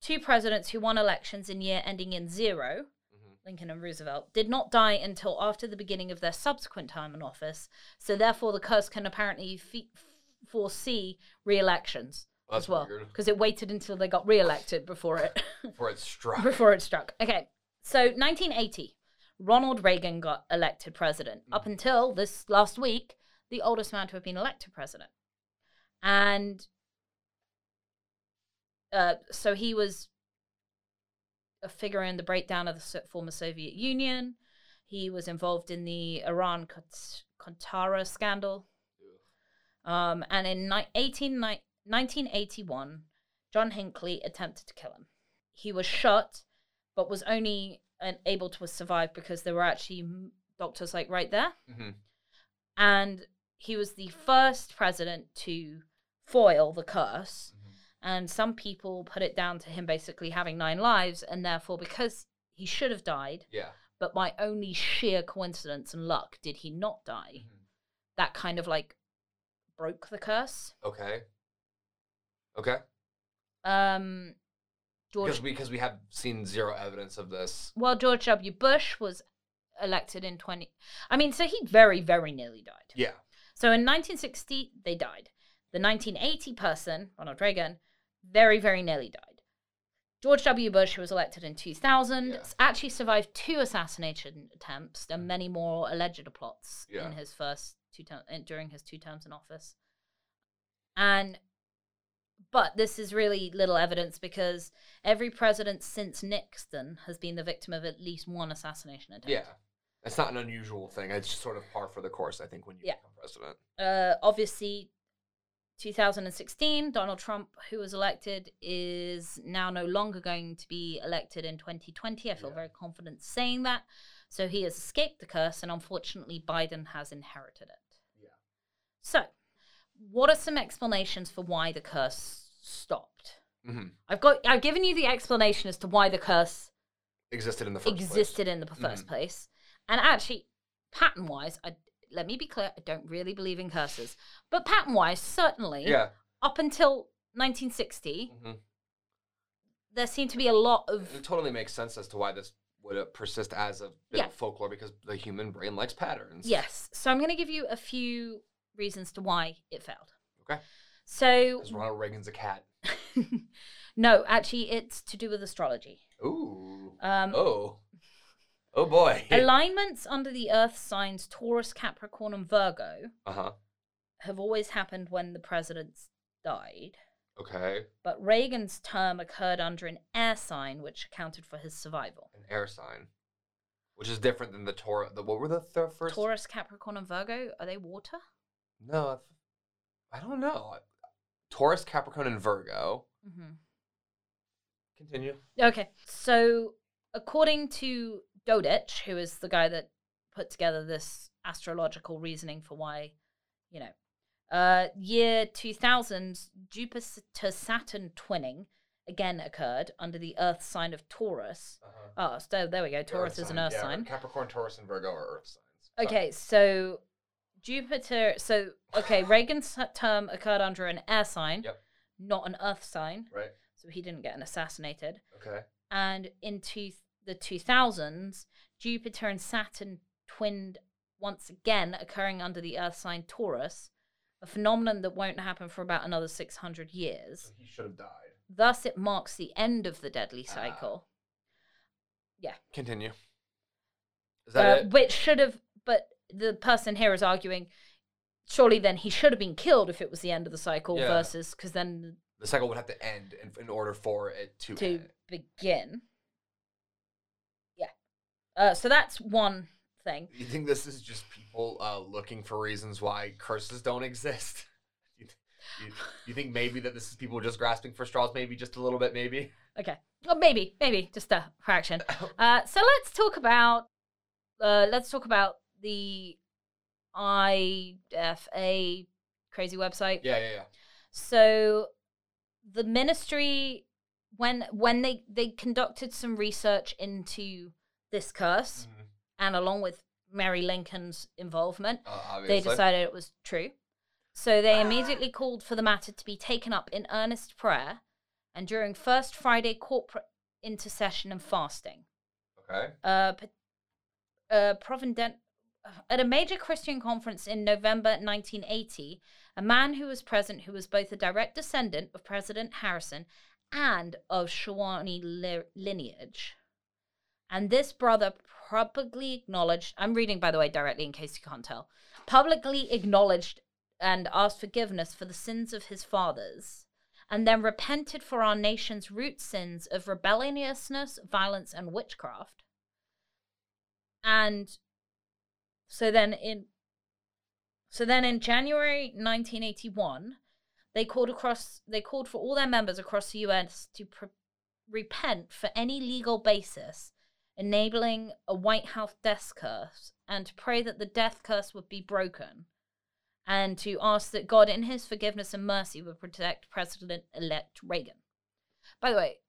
Speaker 2: two presidents who won elections in year ending in 0
Speaker 1: Mhm.
Speaker 2: Lincoln and Roosevelt, did not die until after the beginning of their subsequent time in office. So therefore, the curse can apparently fe- foresee re-elections
Speaker 1: That's
Speaker 2: as well
Speaker 1: weird.
Speaker 2: because it waited until they got re-elected before it
Speaker 1: Before it's struck.
Speaker 2: (laughs) before it struck. Okay, so 1980, Ronald Reagan got elected president. Up until this last week, the oldest man to have been elected president, and uh, so he was a figure in the breakdown of the so- former Soviet Union. He was involved in the Iran Contra scandal. Um, and in ni- 18, ni- 1981, John Hinckley attempted to kill him. He was shot, but was only uh, able to survive because there were actually m- doctors like right there.
Speaker 1: hmm
Speaker 2: And he was the first president to foil the curse.
Speaker 1: Mhm.
Speaker 2: And some people put it down to him basically having nine lives, and therefore, because he should have died,
Speaker 1: Yeah.
Speaker 2: but by only sheer coincidence and luck did he not die,
Speaker 1: Mhm.
Speaker 2: that kind of like broke the curse.
Speaker 1: Okay. Okay.
Speaker 2: um George
Speaker 1: Because we because we have seen zero evidence of this.
Speaker 2: well George W Bush was elected in 20 I mean so he very very nearly died.
Speaker 1: Yeah.
Speaker 2: So in 1960 they died. The 1980 person Ronald Reagan very very nearly died. George W Bush who was elected in 2000
Speaker 1: Yeah. Mm.
Speaker 2: s- actually survived two assassination attempts and many more alleged plots
Speaker 1: Yeah.
Speaker 2: in his first two term, in- during his two terms in office. And but this is really little evidence because every president since Nixon has been the victim of at least one assassination attempt.
Speaker 1: Yeah. It's not an unusual thing. It's just sort of par for the course, I think, when you
Speaker 2: Yeah.
Speaker 1: become president.
Speaker 2: Uh, obviously, 2016, Donald Trump, who was elected, is now no longer going to be elected in 2020. I feel
Speaker 1: Yeah.
Speaker 2: very confident saying that. So he has escaped the curse, and unfortunately, Biden has inherited it.
Speaker 1: Yeah.
Speaker 2: So, what are some explanations for why the curse stopped?
Speaker 1: hmm
Speaker 2: I've got. I've given you the explanation as to why the curse
Speaker 1: Existed in the first place. Mm-hmm.
Speaker 2: existed in the 1st place. And actually, pattern wise, I let me be clear, I don't really believe in curses, but pattern wise, certainly
Speaker 1: Yeah.
Speaker 2: up until 1960,
Speaker 1: hmm
Speaker 2: there seemed to be a lot of
Speaker 1: It totally makes sense as to why this would uh, persist as a bit
Speaker 2: Yeah.
Speaker 1: of folklore because the human brain likes patterns.
Speaker 2: yes. So I'm going to give you a few reasons to why it failed.
Speaker 1: Okay.
Speaker 2: So
Speaker 1: Because Ronald Reagan's a cat.
Speaker 2: (laughs) no, actually, it's to do with astrology.
Speaker 1: Ooh.
Speaker 2: Um,
Speaker 1: oh. Oh boy.
Speaker 2: Alignments under the Earth signs Taurus, Capricorn, and Virgo
Speaker 1: uh huh.
Speaker 2: have always happened when the presidents died.
Speaker 1: Okay.
Speaker 2: but Reagan's term occurred under an air sign, which accounted for his survival.
Speaker 1: An air sign, which is different than the Taurus. The, what were the th- first?
Speaker 2: Taurus, Capricorn, and Virgo are they water?
Speaker 1: No, I th- I don't know. Taurus, Capricorn, and Virgo.
Speaker 2: Mm-hmm.
Speaker 1: Continue.
Speaker 2: Okay, so according to Dodich, who is the guy that put together this astrological reasoning for why, you know, uh, year 2000, Jupiter to Saturn twinning again occurred under the Earth sign of Taurus.
Speaker 1: Uh-huh.
Speaker 2: Oh, so there we go. Taurus is an Earth
Speaker 1: yeah,
Speaker 2: sign.
Speaker 1: Capricorn, Taurus, and Virgo are Earth signs. Sorry.
Speaker 2: Okay, so Jupiter. So
Speaker 1: (sighs)
Speaker 2: okay, Reagan's term occurred under an air sign,
Speaker 1: Yep.
Speaker 2: not an Earth sign,
Speaker 1: Right.
Speaker 2: so he didn't get an assassinated.
Speaker 1: Okay.
Speaker 2: And into the two thousands, Jupiter and Saturn twinned once again, occurring under the Earth sign Taurus, a phenomenon that won't happen for about another six hundred years.
Speaker 1: So he should have died.
Speaker 2: Thus, it marks the end of the deadly
Speaker 1: Mm. Ah.
Speaker 2: cycle,
Speaker 1: Continue. Is
Speaker 2: uh,
Speaker 1: that it?
Speaker 2: which should have. But the person here is arguing. Surely, then he should have been killed if it was the end of the cycle,
Speaker 1: Yeah.
Speaker 2: versus because then
Speaker 1: The cycle would have to end in, in order for it to,
Speaker 2: to
Speaker 1: end.
Speaker 2: begin. Yeah. Uh, so that's one thing.
Speaker 1: You think this is just people uh, looking for reasons why curses don't exist? (laughs) You, th- you, you think maybe that this is people just grasping for straws, maybe just a little bit, maybe?
Speaker 2: Okay. Well, maybe, maybe just a
Speaker 1: (coughs)
Speaker 2: fraction. Uh, so let's talk about uh, let's talk about the IFA crazy website.
Speaker 1: Yeah, yeah, yeah.
Speaker 2: So the ministry when when they they conducted some research into this curse
Speaker 1: Mhm.
Speaker 2: and along with Mary Lincoln's involvement,
Speaker 1: Uh, obviously.
Speaker 2: they decided it was true. So they immediately called for the matter to be taken up in earnest prayer and during First Friday corporate intercession and fasting
Speaker 1: Okay.
Speaker 2: uh, p- uh, Provenden- at a major Christian conference in November 1980, a man who was present who was both a direct descendant of President Harrison and of Shawnee li- lineage. And this brother publicly acknowledged, I'm reading by the way directly in case you can't tell, publicly acknowledged and asked forgiveness for the sins of his fathers, and then repented for our nation's root sins of rebelliousness, violence, and witchcraft. And so then in so then in January 1981, they called across they called for all their members across the US to pre- repent for any legal basis enabling a White House death curse and to pray that the death curse would be broken and to ask that God in his forgiveness and mercy would protect president elect Reagan. By the way,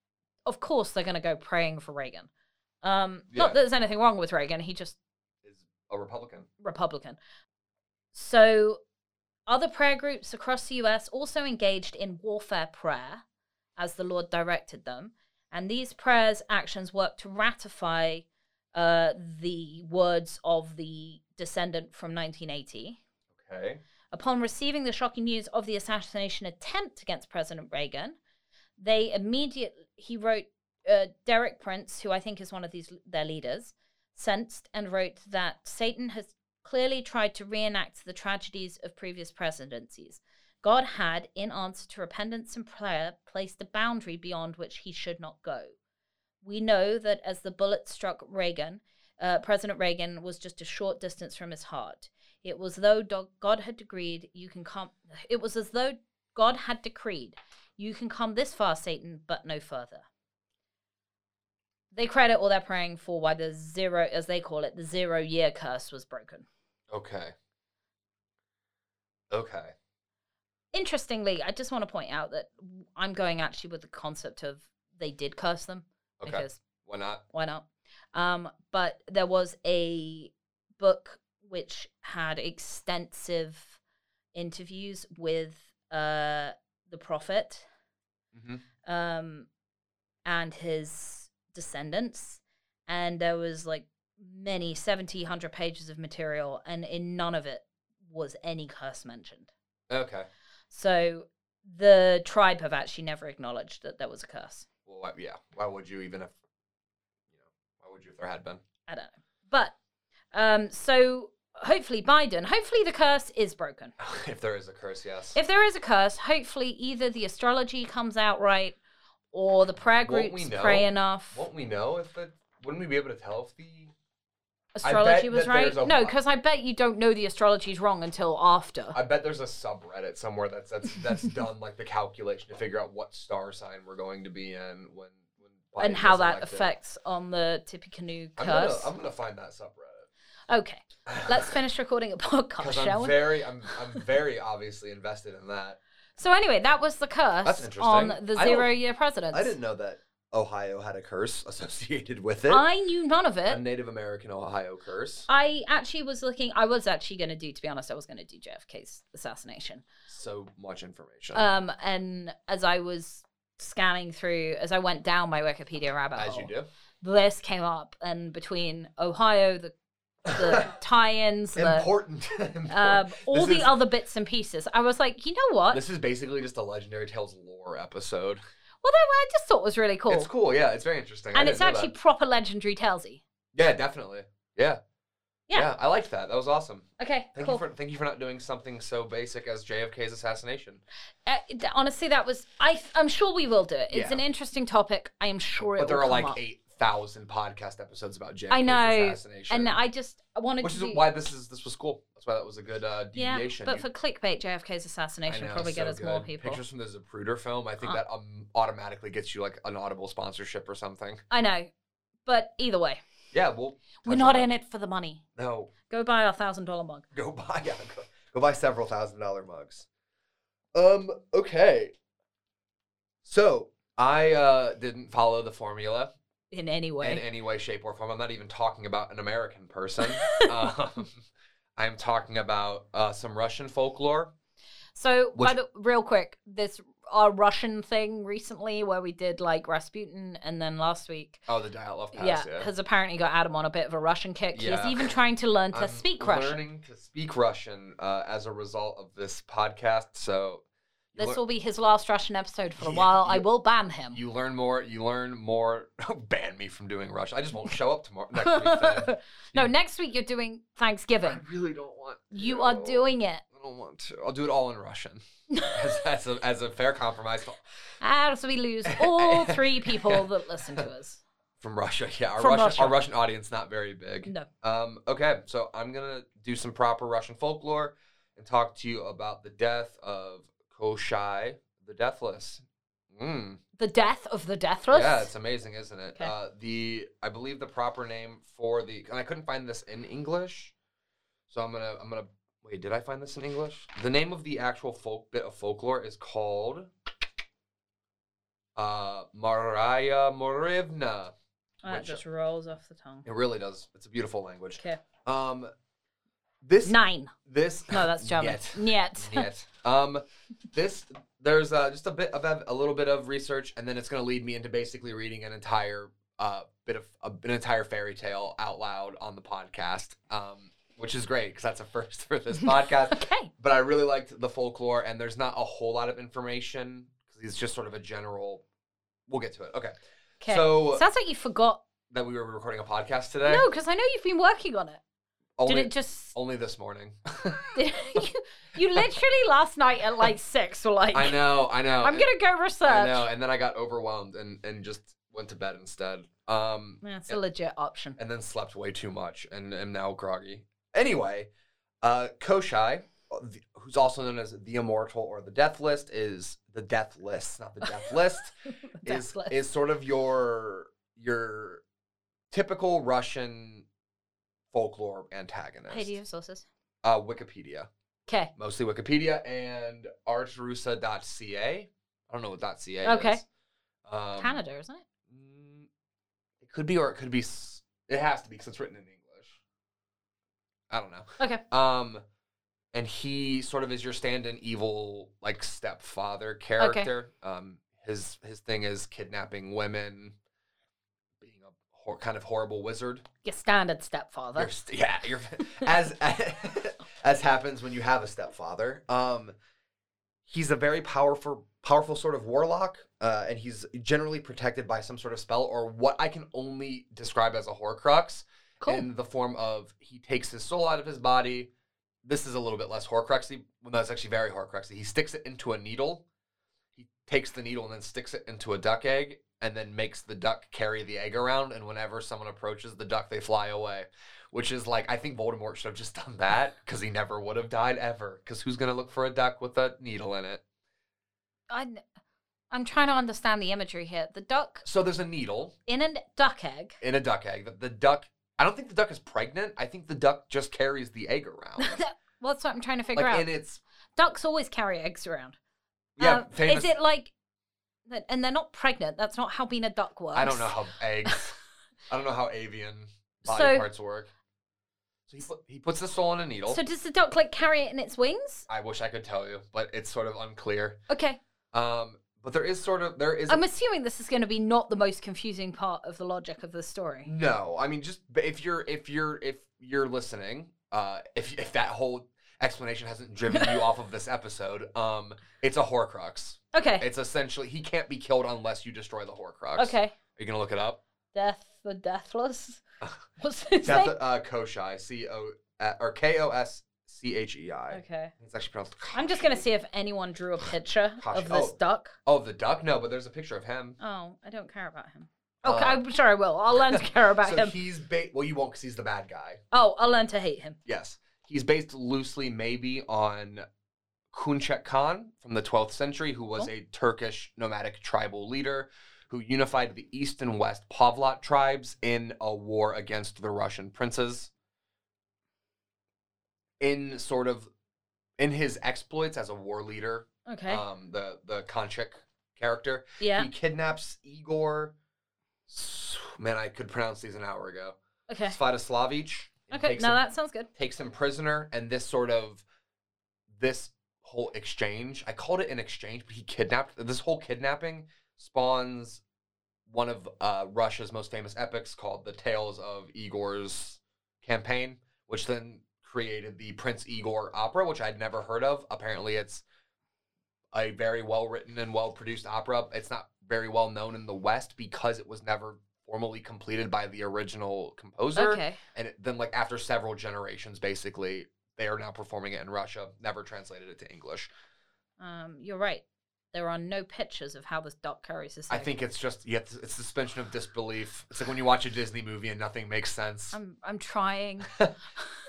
Speaker 2: of course they're going to go praying for Reagan. Um
Speaker 1: Yeah.
Speaker 2: not that there's anything wrong with Reagan, he just
Speaker 1: Is a Republican.
Speaker 2: Republican. So, other prayer groups across the US also engaged in warfare prayer as the Lord directed them. And these prayers actions worked to ratify uh, the words of the descendant from 1980.
Speaker 1: Okay.
Speaker 2: Upon receiving the shocking news of the assassination attempt against President Reagan, they immediately he wrote uh, Derek Prince, who I think is one of these their leaders, sensed and wrote that Satan has clearly tried to reenact the tragedies of previous presidencies. God had, in answer to repentance and prayer, placed a boundary beyond which he should not go. We know that as the bullet struck Reagan, uh, President Reagan was just a short distance from his heart. It was though do- God had decreed, you can come. (sighs) It was as though God had decreed, you can come this far, Satan, but no further. They credit all their praying for why the zero, as they call it, the zero year curse was broken.
Speaker 1: Okay. Okay.
Speaker 2: Interestingly, I just want to point out that I'm going actually with the concept of they did curse them
Speaker 1: Okay.
Speaker 2: because
Speaker 1: Why not?
Speaker 2: why not? Um, but there was a book which had extensive interviews with uh, the prophet
Speaker 1: Mm-hmm.
Speaker 2: um, and his descendants, and there was like many 70, 100 pages of material, and in none of it was any curse mentioned.
Speaker 1: Okay.
Speaker 2: So the tribe have actually never acknowledged that there was a curse.
Speaker 1: Well, why, yeah. Why would you even if you know? Why would you if there had been? (laughs)
Speaker 2: I don't know. But um, so hopefully Biden, hopefully the curse is broken.
Speaker 1: if there is a curse, yes.
Speaker 2: If there is a curse, hopefully either the astrology comes out right or the prayer
Speaker 1: Won't we
Speaker 2: groups
Speaker 1: know?
Speaker 2: pray enough.
Speaker 1: Won't we know if the? Wouldn't we be able to tell if the?
Speaker 2: astrology was
Speaker 1: that
Speaker 2: right.
Speaker 1: there's a-
Speaker 2: No, because I bet you don't know the astrology's wrong until after.
Speaker 1: I bet there's a subreddit somewhere that's that's
Speaker 2: (laughs)
Speaker 1: that's done like the calculation to figure out what star sign we're going to be in when when Biden
Speaker 2: and how
Speaker 1: is
Speaker 2: that
Speaker 1: elected.
Speaker 2: affects on the Tippecanoe
Speaker 1: I'm gonna,
Speaker 2: curse.
Speaker 1: I'm gonna find that subreddit.
Speaker 2: Okay,
Speaker 1: (laughs)
Speaker 2: let's finish recording a (laughs) podcast,
Speaker 1: Because
Speaker 2: shall
Speaker 1: I'm
Speaker 2: we?
Speaker 1: very, I'm, I'm very obviously invested in that.
Speaker 2: So anyway, that was the curse
Speaker 1: interesting.
Speaker 2: on
Speaker 1: I
Speaker 2: the
Speaker 1: don't-
Speaker 2: zero-year presidents.
Speaker 1: I didn't know that Ohio had a curse (laughs) associated with it.
Speaker 2: I knew none of
Speaker 1: a
Speaker 2: it.
Speaker 1: Native American Ohio curse.
Speaker 2: I actually was looking. I was actually going to do, to be honest, I was going to do JFK's assassination.
Speaker 1: So much information.
Speaker 2: Um, and as I was scanning through, as I went down my Wikipedia rabbit
Speaker 1: as
Speaker 2: hole,
Speaker 1: you do.
Speaker 2: this came up, and between Ohio, the
Speaker 1: (laughs)
Speaker 2: the tie-ins, the
Speaker 1: important. (laughs) important.
Speaker 2: um, all
Speaker 1: This
Speaker 2: the
Speaker 1: is-
Speaker 2: other bits and pieces, I was like, you know what?
Speaker 1: This is basically just a Legendary Tales lore episode.
Speaker 2: well, that I just thought was really cool,
Speaker 1: It's cool, yeah. It's very interesting. I
Speaker 2: and
Speaker 1: didn't
Speaker 2: it's
Speaker 1: know that.
Speaker 2: actually proper legendary talesy.
Speaker 1: Yeah, definitely. Yeah.
Speaker 2: Yeah.
Speaker 1: I liked that. That was awesome.
Speaker 2: Okay,
Speaker 1: Thank
Speaker 2: cool.
Speaker 1: you for thank you for not doing something so basic as JFK's assassination.
Speaker 2: Uh, th- honestly, that was I. I'm sure we will do it. It's
Speaker 1: Yeah.
Speaker 2: an interesting topic. I am sure it.
Speaker 1: but there are
Speaker 2: will come
Speaker 1: like
Speaker 2: up.
Speaker 1: eight thousand podcast episodes about JFK's
Speaker 2: I know,
Speaker 1: assassination.
Speaker 2: and I just I wanted
Speaker 1: which
Speaker 2: to
Speaker 1: is
Speaker 2: do,
Speaker 1: why this is this was cool. That's why that was a good uh,
Speaker 2: yeah,
Speaker 1: deviation.
Speaker 2: but
Speaker 1: You-
Speaker 2: for clickbait, JFK's
Speaker 1: I
Speaker 2: assassination
Speaker 1: know,
Speaker 2: probably
Speaker 1: so
Speaker 2: get us more
Speaker 1: good.
Speaker 2: people.
Speaker 1: Pictures from the Zapruder film. I think
Speaker 2: Uh.
Speaker 1: that um, automatically gets you like an Audible sponsorship or something.
Speaker 2: I know, but either way,
Speaker 1: Yeah, well,
Speaker 2: we're
Speaker 1: touch
Speaker 2: not
Speaker 1: on
Speaker 2: in it for the money.
Speaker 1: that. No,
Speaker 2: Go buy our thousand dollar mug.
Speaker 1: go buy yeah, (laughs) go, go buy several thousand dollar mugs um okay so i uh didn't follow the formula
Speaker 2: in any way.
Speaker 1: in any way, shape, or form. I'm not even talking about an American
Speaker 2: (laughs)
Speaker 1: person. um, I'm talking about uh, some Russian folklore.
Speaker 2: So, by
Speaker 1: Which-
Speaker 2: the real quick, this our Russian thing recently where we did like Rasputin, and then last week,
Speaker 1: Oh, the dial of
Speaker 2: yeah,
Speaker 1: pass. Yeah,
Speaker 2: has apparently got Adam on a bit of a Russian kick.
Speaker 1: Yeah.
Speaker 2: He's even trying to learn to
Speaker 1: I'm
Speaker 2: speak Russian.
Speaker 1: Learning to speak Russian uh, as a result of this podcast. So you,
Speaker 2: This
Speaker 1: lear-
Speaker 2: will be his last Russian episode for a
Speaker 1: Yeah,
Speaker 2: while. I
Speaker 1: you-
Speaker 2: will ban him.
Speaker 1: you learn more. You learn more. (laughs) ban me from doing Russian. I just
Speaker 2: (laughs)
Speaker 1: won't show up tomorrow. Next week, then.
Speaker 2: no,
Speaker 1: You-
Speaker 2: next week you're doing
Speaker 1: I
Speaker 2: Thanksgiving.
Speaker 1: really don't want.
Speaker 2: You
Speaker 1: to.
Speaker 2: are doing it.
Speaker 1: I don't want to. I'll do it all in Russian
Speaker 2: (laughs)
Speaker 1: as, as, a, as a fair compromise to-
Speaker 2: As we lose
Speaker 1: (laughs)
Speaker 2: all three people that listen to us.
Speaker 1: from Russia. Yeah, our
Speaker 2: From
Speaker 1: Russian,
Speaker 2: Russia.
Speaker 1: our Russian audience not very big.
Speaker 2: No.
Speaker 1: Um, okay, so I'm gonna do some proper Russian folklore and talk to you about the death of Koshai the Deathless. Mm.
Speaker 2: The death of the deathless?
Speaker 1: Yeah, it's amazing, isn't it?
Speaker 2: Okay.
Speaker 1: Uh, the I believe the proper name for the and I couldn't find this in English, so I'm gonna I'm gonna wait. Did I find this in English? The name of the actual folk bit of folklore is called uh, Maria Morivna.
Speaker 2: That
Speaker 1: which-
Speaker 2: Ah, just rolls off the tongue.
Speaker 1: It really does. It's a beautiful language.
Speaker 2: Okay.
Speaker 1: Um, this
Speaker 2: Nine.
Speaker 1: this (laughs)
Speaker 2: No, that's German.
Speaker 1: Yet.
Speaker 2: (laughs) Niet.
Speaker 1: Yet. Um, this there's uh, just a bit of ev- a little bit of research, and then it's going to lead me into basically reading an entire uh bit of a, an entire fairy tale out loud on the podcast. Um, which is great because that's a first for
Speaker 2: (laughs)
Speaker 1: this podcast.
Speaker 2: Okay.
Speaker 1: but I really liked the folklore, and there's not a whole lot of information because it's just sort of a general. We'll get to it. Okay,
Speaker 2: Okay.
Speaker 1: so uh,
Speaker 2: Sounds like you forgot.
Speaker 1: that we were recording a podcast today.
Speaker 2: No, because I know you've been working on it.
Speaker 1: only,
Speaker 2: Did it just?
Speaker 1: only this morning.
Speaker 2: (laughs) you, you literally last night at like six were like,
Speaker 1: I know. I know.
Speaker 2: I'm
Speaker 1: and-
Speaker 2: gonna go
Speaker 1: I know,
Speaker 2: research.
Speaker 1: and then I got overwhelmed and and just went to bed instead. Um,
Speaker 2: That's a legit option.
Speaker 1: and then slept way too much and am now groggy. Anyway, uh, Koshai, uh, the- who's also known as the Immortal or the Death List, is the Death List, not the Death
Speaker 2: (laughs)
Speaker 1: List. is
Speaker 2: Deathless.
Speaker 1: is sort of your your typical Russian folklore antagonist.
Speaker 2: Hey, do you have sources?
Speaker 1: Uh, Wikipedia,
Speaker 2: Okay.
Speaker 1: mostly Wikipedia and artsrusa.ca. I don't know what .ca
Speaker 2: Okay.
Speaker 1: is. Um,
Speaker 2: Canada, isn't it?
Speaker 1: Mm, It could be, or it could be. s- It has to be because it's written in English. I don't know.
Speaker 2: Okay.
Speaker 1: Um, and he sort of is your stand-in evil like stepfather character. Um, his his thing is kidnapping women, being a hor- kind of horrible wizard.
Speaker 2: Your standard stepfather.
Speaker 1: Your st- yeah, your, as as (laughs) happens when you have a stepfather. Um, he's a very powerful, powerful sort of warlock, uh, and he's generally protected by some sort of spell or what I can only describe as a Horcrux
Speaker 2: cool.
Speaker 1: in the form of he takes his soul out of his body. This is a little bit less Horcruxy. Well, that's actually very Horcruxy. He sticks it into a needle. He takes the needle and then sticks it into a duck egg, and then makes the duck carry the egg around. And whenever someone approaches the duck, they fly away. Which is like I think Voldemort should have just done that because he never would have died ever. Because who's gonna look for a duck with a needle in it?
Speaker 2: I, I'm trying to understand the imagery here. The duck
Speaker 1: So there's a needle.
Speaker 2: in a duck egg.
Speaker 1: in a duck egg. The, the duck. I don't think the duck is pregnant. I think the duck just carries the egg around,
Speaker 2: well, that's what I'm trying to figure
Speaker 1: like
Speaker 2: out.
Speaker 1: in its
Speaker 2: Ducks always carry eggs around.
Speaker 1: yeah.
Speaker 2: Um,
Speaker 1: famous.
Speaker 2: Is it like, that- and they're not pregnant? That's not how being a duck works.
Speaker 1: I don't know how eggs. I don't know how avian
Speaker 2: (laughs)
Speaker 1: body
Speaker 2: So-
Speaker 1: parts work. So he put, he puts the soul in a needle.
Speaker 2: So does the duck like carry it in its wings?
Speaker 1: I wish I could tell you, but it's sort of unclear.
Speaker 2: Okay,
Speaker 1: Um, but there is sort of there is
Speaker 2: I'm assuming this is going to be not the most confusing part of the logic of the story.
Speaker 1: No, I mean just but if you're if you're if you're listening, uh, if if that whole explanation hasn't driven you off of
Speaker 2: (laughs)
Speaker 1: this episode, um, it's a Horcrux.
Speaker 2: Okay,
Speaker 1: It's essentially he can't be killed unless you destroy the Horcrux. Are
Speaker 2: okay.
Speaker 1: you gonna look it up?
Speaker 2: Death
Speaker 1: (laughs)
Speaker 2: the deathless. What's his
Speaker 1: Death,
Speaker 2: name?
Speaker 1: uh, Koshai, C O uh, or K O S C H E I.
Speaker 2: Okay.
Speaker 1: It's actually pronounced.
Speaker 2: I'm just gonna see if anyone drew a picture
Speaker 1: Gosh,
Speaker 2: of this
Speaker 1: oh.
Speaker 2: duck.
Speaker 1: Oh, the duck? No, but there's a picture of him.
Speaker 2: Oh, I don't care about him. Okay,
Speaker 1: Uh,
Speaker 2: I'm sure I will. I'll
Speaker 1: (laughs)
Speaker 2: learn to care about
Speaker 1: so
Speaker 2: him.
Speaker 1: he's ba- well, you won't because he's the bad guy.
Speaker 2: Oh, I'll learn to hate him.
Speaker 1: Yes, he's based loosely maybe on Kunchak Khan from the 12th century, who was
Speaker 2: Cool.
Speaker 1: a Turkish nomadic tribal leader who unified the east and west Pavlot tribes in a war against the Russian princes. In sort of in his exploits as a war leader,
Speaker 2: Okay.
Speaker 1: um, the the Konchak character,
Speaker 2: yeah.
Speaker 1: he kidnaps Igor S- man, I could pronounce these an hour ago.
Speaker 2: Okay.
Speaker 1: Svatoslavic.
Speaker 2: Okay.
Speaker 1: takes
Speaker 2: No,
Speaker 1: him-
Speaker 2: that sounds good.
Speaker 1: takes him prisoner and this sort of this whole exchange i called it an exchange but he kidnapped this whole kidnapping spawns one of uh, russia's most famous epics called the tales of igor's campaign which then created the prince igor opera which i'd never heard of apparently it's a very well written and well produced opera it's not very well known in the west because it was never formally completed by the original composer
Speaker 2: Okay.
Speaker 1: and it, then like after several generations basically they are now performing it in russia never translated it to english
Speaker 2: Um, you're right. There are no pictures of how this doc carries is.
Speaker 1: i think it's just yeah it's, it's suspension of disbelief it's like when you watch a disney movie and nothing makes sense
Speaker 2: I'm
Speaker 1: (laughs)
Speaker 2: I'm trying.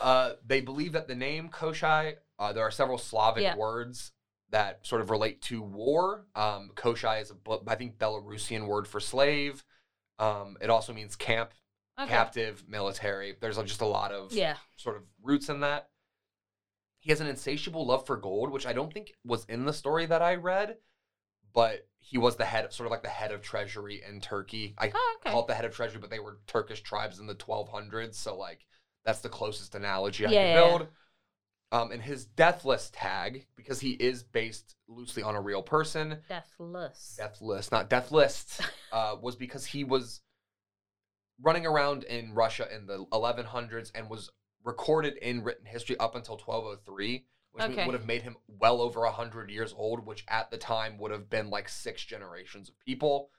Speaker 1: uh, they believe that the name koshai uh, there are several slavic
Speaker 2: Yeah.
Speaker 1: words that sort of relate to war um, koshai is a bu- i think belarusian word for slave um, it also means camp
Speaker 2: Okay.
Speaker 1: captive military there's uh, just a lot of
Speaker 2: Yeah.
Speaker 1: sort of roots in that. He has an insatiable love for gold, which I don't think was in the story that I read, but he was the head, sort of like the head of treasury in Turkey. I
Speaker 2: Oh, okay.
Speaker 1: call it the head of treasury, but they were Turkish tribes in the 1200s, so like that's the closest analogy I
Speaker 2: Yeah,
Speaker 1: can
Speaker 2: yeah, yeah.
Speaker 1: build. Um, and his deathless tag, because he is based loosely on a real person,
Speaker 2: Deathless.
Speaker 1: death list, not death
Speaker 2: (laughs)
Speaker 1: list, uh, was because he was running around in Russia in the 1100s and was recorded in written history up until 1203, which mean-
Speaker 2: Okay.
Speaker 1: would have made him well over 100 years old, which at the time would have been like six generations of people.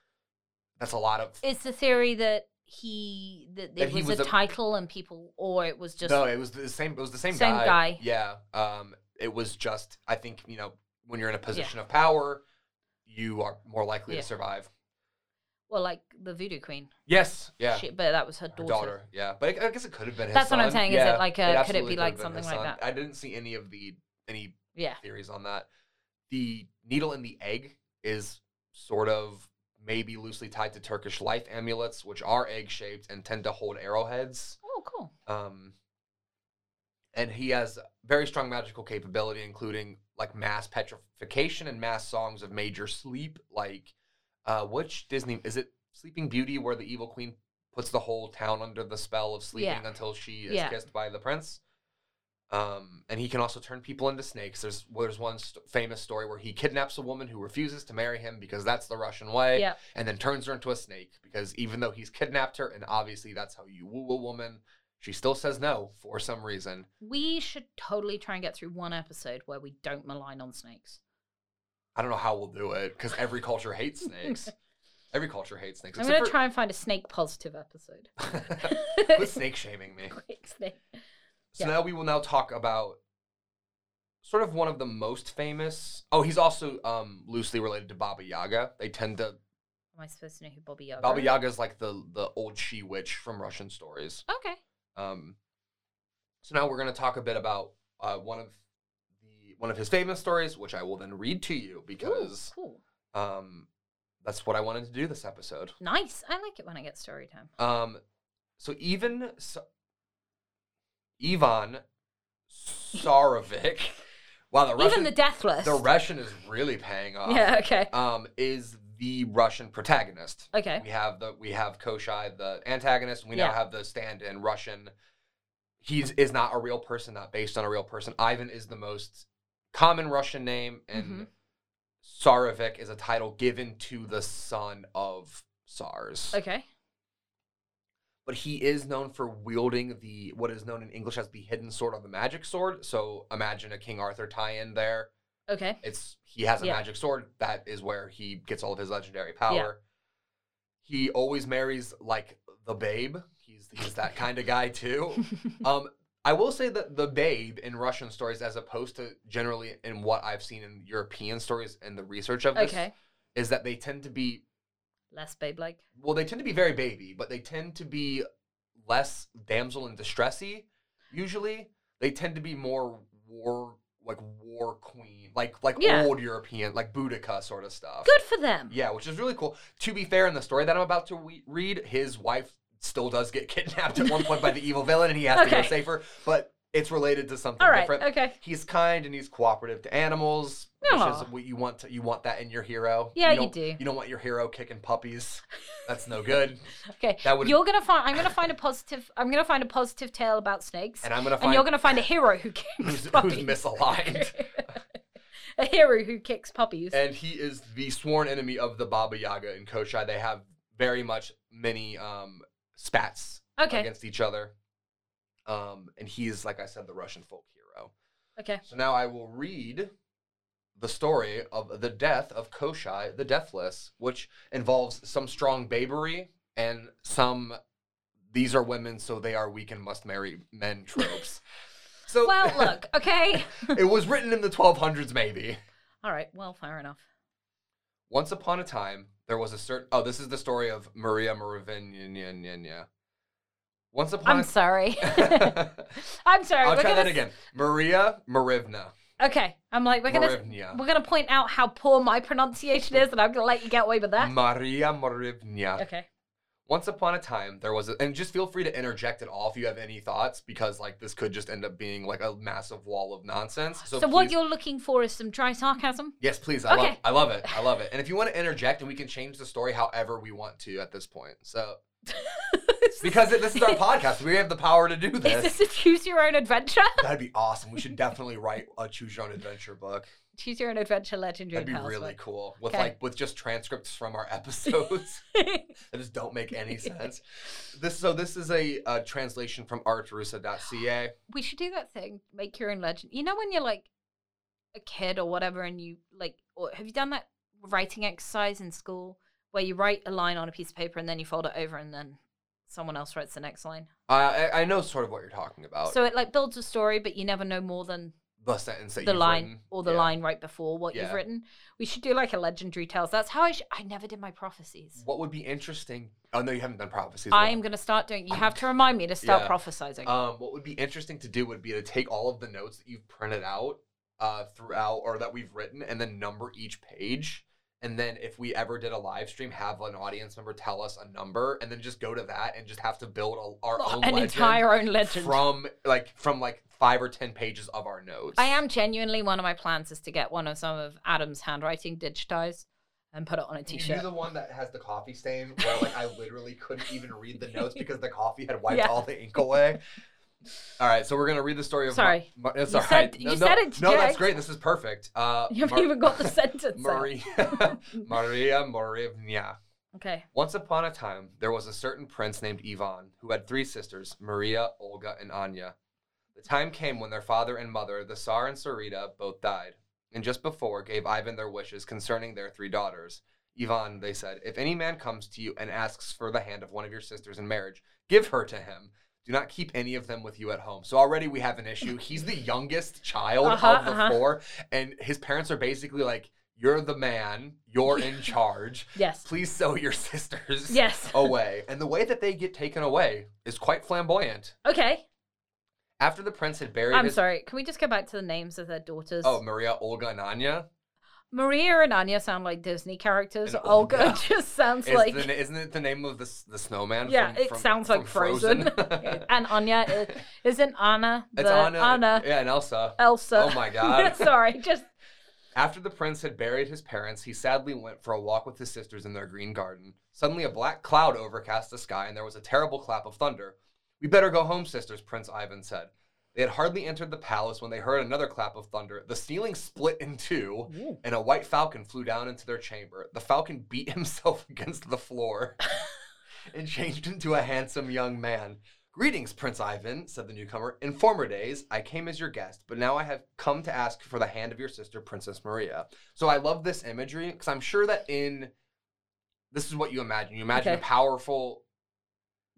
Speaker 1: That's a lot of.
Speaker 2: It's the theory that he that,
Speaker 1: That
Speaker 2: it
Speaker 1: he
Speaker 2: was,
Speaker 1: was
Speaker 2: a,
Speaker 1: a-
Speaker 2: title and people, or it was just
Speaker 1: no, it was the same. It was the same,
Speaker 2: Same guy.
Speaker 1: Yeah. Um. It was just. I think you know when you're in a position of power, you are more likely
Speaker 2: Yeah.
Speaker 1: to survive.
Speaker 2: well, like the Voodoo Queen.
Speaker 1: Yes. Yeah.
Speaker 2: She, but that was her
Speaker 1: Her
Speaker 2: daughter.
Speaker 1: daughter. yeah. But I I guess it could have been his
Speaker 2: That's what I'm
Speaker 1: son.
Speaker 2: saying, is it
Speaker 1: Yeah,
Speaker 2: like a- could it
Speaker 1: absolutely
Speaker 2: be
Speaker 1: could
Speaker 2: like
Speaker 1: have been his
Speaker 2: something like
Speaker 1: son. I didn't see any of the any
Speaker 2: Yeah.
Speaker 1: theories on that. The needle in the egg is sort of maybe loosely tied to Turkish life amulets, which are egg shaped and tend to hold arrowheads.
Speaker 2: Oh, cool.
Speaker 1: Um, and he has very strong magical capability, including like mass petrification and mass songs of major sleep. Like, uh, which Disney is it? Sleeping Beauty, where the evil queen puts the whole town under the spell of sleeping
Speaker 2: Yeah.
Speaker 1: until she is
Speaker 2: Yeah.
Speaker 1: kissed by the prince. Um, and he can also turn people into snakes. There's well, there's one st- famous story where he kidnaps a woman who refuses to marry him because that's the Russian way,
Speaker 2: Yeah.
Speaker 1: and then turns her into a snake because even though he's kidnapped her, and obviously that's how you woo a woman, she still says no for some reason.
Speaker 2: We should totally try and get through one episode where we don't malign on snakes.
Speaker 1: I don't know how we'll do it because every culture hates
Speaker 2: (laughs)
Speaker 1: snakes. Every culture hates snakes.
Speaker 2: I'm going to
Speaker 1: except
Speaker 2: try and find a snake
Speaker 1: (laughs)
Speaker 2: positive episode.
Speaker 1: for-
Speaker 2: (laughs)
Speaker 1: Quit snake shaming me.
Speaker 2: Quick snake.
Speaker 1: So
Speaker 2: Yeah.
Speaker 1: now we will now talk about sort of one of the most famous. Oh, he's also um, loosely related to Baba Yaga. They tend to
Speaker 2: Am I supposed to know who Bobby Yaga?
Speaker 1: Baba
Speaker 2: is?
Speaker 1: Yaga is like the the old she witch from Russian stories.
Speaker 2: Okay.
Speaker 1: Um, so now we're going to talk a bit about uh, one of the one of his famous stories, which I will then read to you
Speaker 2: Ooh,
Speaker 1: because
Speaker 2: cool.
Speaker 1: um, that's what I wanted to do this episode.
Speaker 2: Nice. I like it when I get story time.
Speaker 1: Um, so even so- Ivan Sarovic, (laughs) wow, the Russian,
Speaker 2: Even the deathless.
Speaker 1: the Russian is really paying off.
Speaker 2: (laughs) yeah. Okay.
Speaker 1: Um, is the Russian protagonist.
Speaker 2: Okay.
Speaker 1: We have the we have Koshai, the antagonist. and We
Speaker 2: Yeah.
Speaker 1: now have the stand-in Russian. He's is not a real person, not based on a real person. Ivan is the most common Russian name, and
Speaker 2: Mhm.
Speaker 1: Sarovic is a title given to the son of Sars
Speaker 2: Okay.
Speaker 1: but he is known for wielding the what is known in English as the hidden sword or the magic sword. So imagine a King Arthur tie-in there.
Speaker 2: Okay. (laughs)
Speaker 1: It's he has a
Speaker 2: Yeah.
Speaker 1: magic sword. That is where he gets all of his legendary power. He always marries like the babe. He's he's that kind of guy
Speaker 2: (laughs)
Speaker 1: too. Um, I will say that the babe in Russian stories, as opposed to generally in what I've seen in European stories and the research of this,
Speaker 2: okay.
Speaker 1: is that they tend to be
Speaker 2: Less babe like.
Speaker 1: well, they tend to be very baby, but they tend to be less damsel in distressy. Usually, they tend to be more war, like war queen, like like
Speaker 2: Yeah.
Speaker 1: old European, like Boudica sort of stuff.
Speaker 2: Good for them.
Speaker 1: Yeah, which is really cool. To be fair, in the story that I'm about to we- (laughs) read, his wife still does get kidnapped at one point by the evil villain, and he has to go
Speaker 2: Okay.
Speaker 1: save her. But It's related to something
Speaker 2: All right.
Speaker 1: different.
Speaker 2: Okay.
Speaker 1: He's kind and he's cooperative to animals, which
Speaker 2: Aw.
Speaker 1: is what you want. To, you want that in your hero.
Speaker 2: Yeah, you
Speaker 1: don't-
Speaker 2: do.
Speaker 1: You don't want your hero kicking puppies. That's no
Speaker 2: (laughs)
Speaker 1: good.
Speaker 2: Okay.
Speaker 1: That would.
Speaker 2: You're gonna find. I'm gonna find a positive. I'm gonna find a positive tale about snakes, and,
Speaker 1: and I'm gonna find
Speaker 2: you're gonna find a hero who kicks
Speaker 1: (laughs)
Speaker 2: (laughs)
Speaker 1: who's,
Speaker 2: puppies.
Speaker 1: who's
Speaker 2: (laughs)
Speaker 1: misaligned.
Speaker 2: a hero who kicks puppies.
Speaker 1: and he is the sworn enemy of the Baba Yaga and Koshai. They have very much many um, spats
Speaker 2: okay.
Speaker 1: against each other. Um, and he is, like I said, the Russian folk hero.
Speaker 2: Okay.
Speaker 1: So now I will read the story of the death of Koshai the Deathless, which involves some strong babery and some these are women, so they are weak and must marry
Speaker 2: (laughs)
Speaker 1: men tropes. so (laughs)
Speaker 2: Well, look. Okay.
Speaker 1: it was written in the 1200s, maybe.
Speaker 2: All right. Well, fair enough.
Speaker 1: Once upon a time, there was a certain. Oh, this is the story of Maria Merovingia. Once upon
Speaker 2: I'm sorry. (laughs)
Speaker 1: a.
Speaker 2: I'm
Speaker 1: (laughs)
Speaker 2: sorry. (laughs)
Speaker 1: I'll
Speaker 2: we're
Speaker 1: try
Speaker 2: gonna
Speaker 1: that
Speaker 2: s-
Speaker 1: again. Maria Marivna.
Speaker 2: Okay. I'm like we're gonna
Speaker 1: Marivnia.
Speaker 2: we're gonna point out how poor my pronunciation is, and I'm gonna let you get away with that.
Speaker 1: Maria Marivna.
Speaker 2: Okay.
Speaker 1: Once upon a time, there was a. And just feel free to interject at all if you have any thoughts, because like this could just end up being like a massive wall of nonsense. So,
Speaker 2: So, what
Speaker 1: please-
Speaker 2: you're looking for is some dry sarcasm.
Speaker 1: Yes, please. I love.
Speaker 2: Okay.
Speaker 1: I love it. I love it. And if you want to interject, and we can change the story however we want to at this point.
Speaker 2: (laughs)
Speaker 1: So because it, this is our podcast, we have the power to do this.
Speaker 2: Is this a choose your own adventure?
Speaker 1: That'd be awesome. We should definitely write a choose your own adventure book.
Speaker 2: Choose your own adventure legendary
Speaker 1: That'd be
Speaker 2: powers,
Speaker 1: really
Speaker 2: like.
Speaker 1: cool. With
Speaker 2: Okay.
Speaker 1: like with just transcripts from our
Speaker 2: (laughs)
Speaker 1: episodes that just don't make any sense. This so this is a, uh translation from artrusa.ca.
Speaker 2: we should do that thing. Make your own legend. You know when you're like a kid or whatever, and you like, or have you done that writing exercise in school where you write a line on a piece of paper and then you fold it over and then someone else writes the next line?
Speaker 1: Uh, I I know sort of what you're talking about.
Speaker 2: So it like builds a story, but you never know more than
Speaker 1: the sentence that
Speaker 2: the
Speaker 1: you've
Speaker 2: line
Speaker 1: written.
Speaker 2: or the
Speaker 1: Yeah.
Speaker 2: line right before what
Speaker 1: Yeah.
Speaker 2: you've written. We should do like a legendary tales. That's how I. Sh- I never did my prophecies.
Speaker 1: What would be interesting? Oh no, you haven't done prophecies.
Speaker 2: I
Speaker 1: yet.
Speaker 2: am going to start doing. You have to remind me to start
Speaker 1: Yeah.
Speaker 2: prophesizing.
Speaker 1: Um, what would be interesting to do would be to take all of the notes that you've printed out uh, throughout or that we've written and then number each page. And then if we ever did a live stream, have an audience member tell us a number and then just go to that and just have to build a, our own
Speaker 2: (laughs) An
Speaker 1: legend
Speaker 2: entire own legend.
Speaker 1: from like from like five or ten pages of our notes.
Speaker 2: I am genuinely one of my plans is to get one of some of Adam's handwriting digitized and put it on a
Speaker 1: You
Speaker 2: t-shirt. (laughs)
Speaker 1: the one that has the coffee stain where like I literally couldn't even read the notes because the coffee had wiped
Speaker 2: Yeah.
Speaker 1: all the ink away. All right, so we're gonna read the story of Mar-
Speaker 2: Sorry.
Speaker 1: Mar- it's
Speaker 2: You
Speaker 1: all
Speaker 2: said-
Speaker 1: right.
Speaker 2: you
Speaker 1: no,
Speaker 2: said
Speaker 1: no,
Speaker 2: it,
Speaker 1: No, that's
Speaker 2: Jack.
Speaker 1: great. This is perfect. Uh,
Speaker 2: you haven't
Speaker 1: Mar- (laughs)
Speaker 2: even got the sentence. out.
Speaker 1: Maria (laughs) Maria Morivnia.
Speaker 2: Okay.
Speaker 1: Once upon a time, there was a certain prince named Ivan who had three sisters, Maria, Olga, and Anya. The time came when their father and mother, the Tsar and Sarita, both died, and just before gave Ivan their wishes concerning their three daughters. Ivan, they said, if any man comes to you and asks for the hand of one of your sisters in marriage, give her to him. Do not keep any of them with you at home. So already we have an issue. He's the youngest child
Speaker 2: Uh-huh,
Speaker 1: of the
Speaker 2: uh-huh.
Speaker 1: four, and his parents are basically like, You're the man, you're
Speaker 2: (laughs)
Speaker 1: in charge
Speaker 2: Yes.
Speaker 1: please sell your (laughs) sisters
Speaker 2: Yes.
Speaker 1: away. And the way that they get taken away is quite flamboyant.
Speaker 2: Okay.
Speaker 1: After the prince had buried
Speaker 2: I'm
Speaker 1: his
Speaker 2: sorry. Can we just go back to the names of their daughters?
Speaker 1: oh Maria, Olga, and Anya,
Speaker 2: Maria and Anya sound like Disney characters.
Speaker 1: And
Speaker 2: Olga
Speaker 1: (laughs)
Speaker 2: (laughs)
Speaker 1: Olga.
Speaker 2: just sounds
Speaker 1: is
Speaker 2: like
Speaker 1: the, isn't it the name of the s- the snowman?
Speaker 2: yeah.
Speaker 1: from-
Speaker 2: it
Speaker 1: from-
Speaker 2: sounds
Speaker 1: from
Speaker 2: like Frozen. (laughs) and Anya is, isn't Anna
Speaker 1: (laughs)
Speaker 2: the
Speaker 1: it's Anna, yeah, and Elsa.
Speaker 2: Elsa.
Speaker 1: Oh my
Speaker 2: (laughs)
Speaker 1: God.
Speaker 2: sorry. Just
Speaker 1: After the prince had buried his parents, he sadly went for a walk with his sisters in their green garden. Suddenly, a black cloud overcast the sky, and there was a terrible clap of thunder. We better go home, sisters, Prince Ivan said. They had hardly entered the palace when they heard another clap of thunder. The ceiling split in two,
Speaker 2: Ooh.
Speaker 1: and a white falcon flew down into their chamber. The falcon beat (laughs) himself against the
Speaker 2: (laughs)
Speaker 1: floor and changed into a handsome young man. Greetings, Prince Ivan, said the newcomer. In former days, I came as your guest, but now I have come to ask for the hand of your sister, Princess Maria. So I love this imagery because I'm sure that in this is what you imagine. You imagine a
Speaker 2: Okay.
Speaker 1: powerful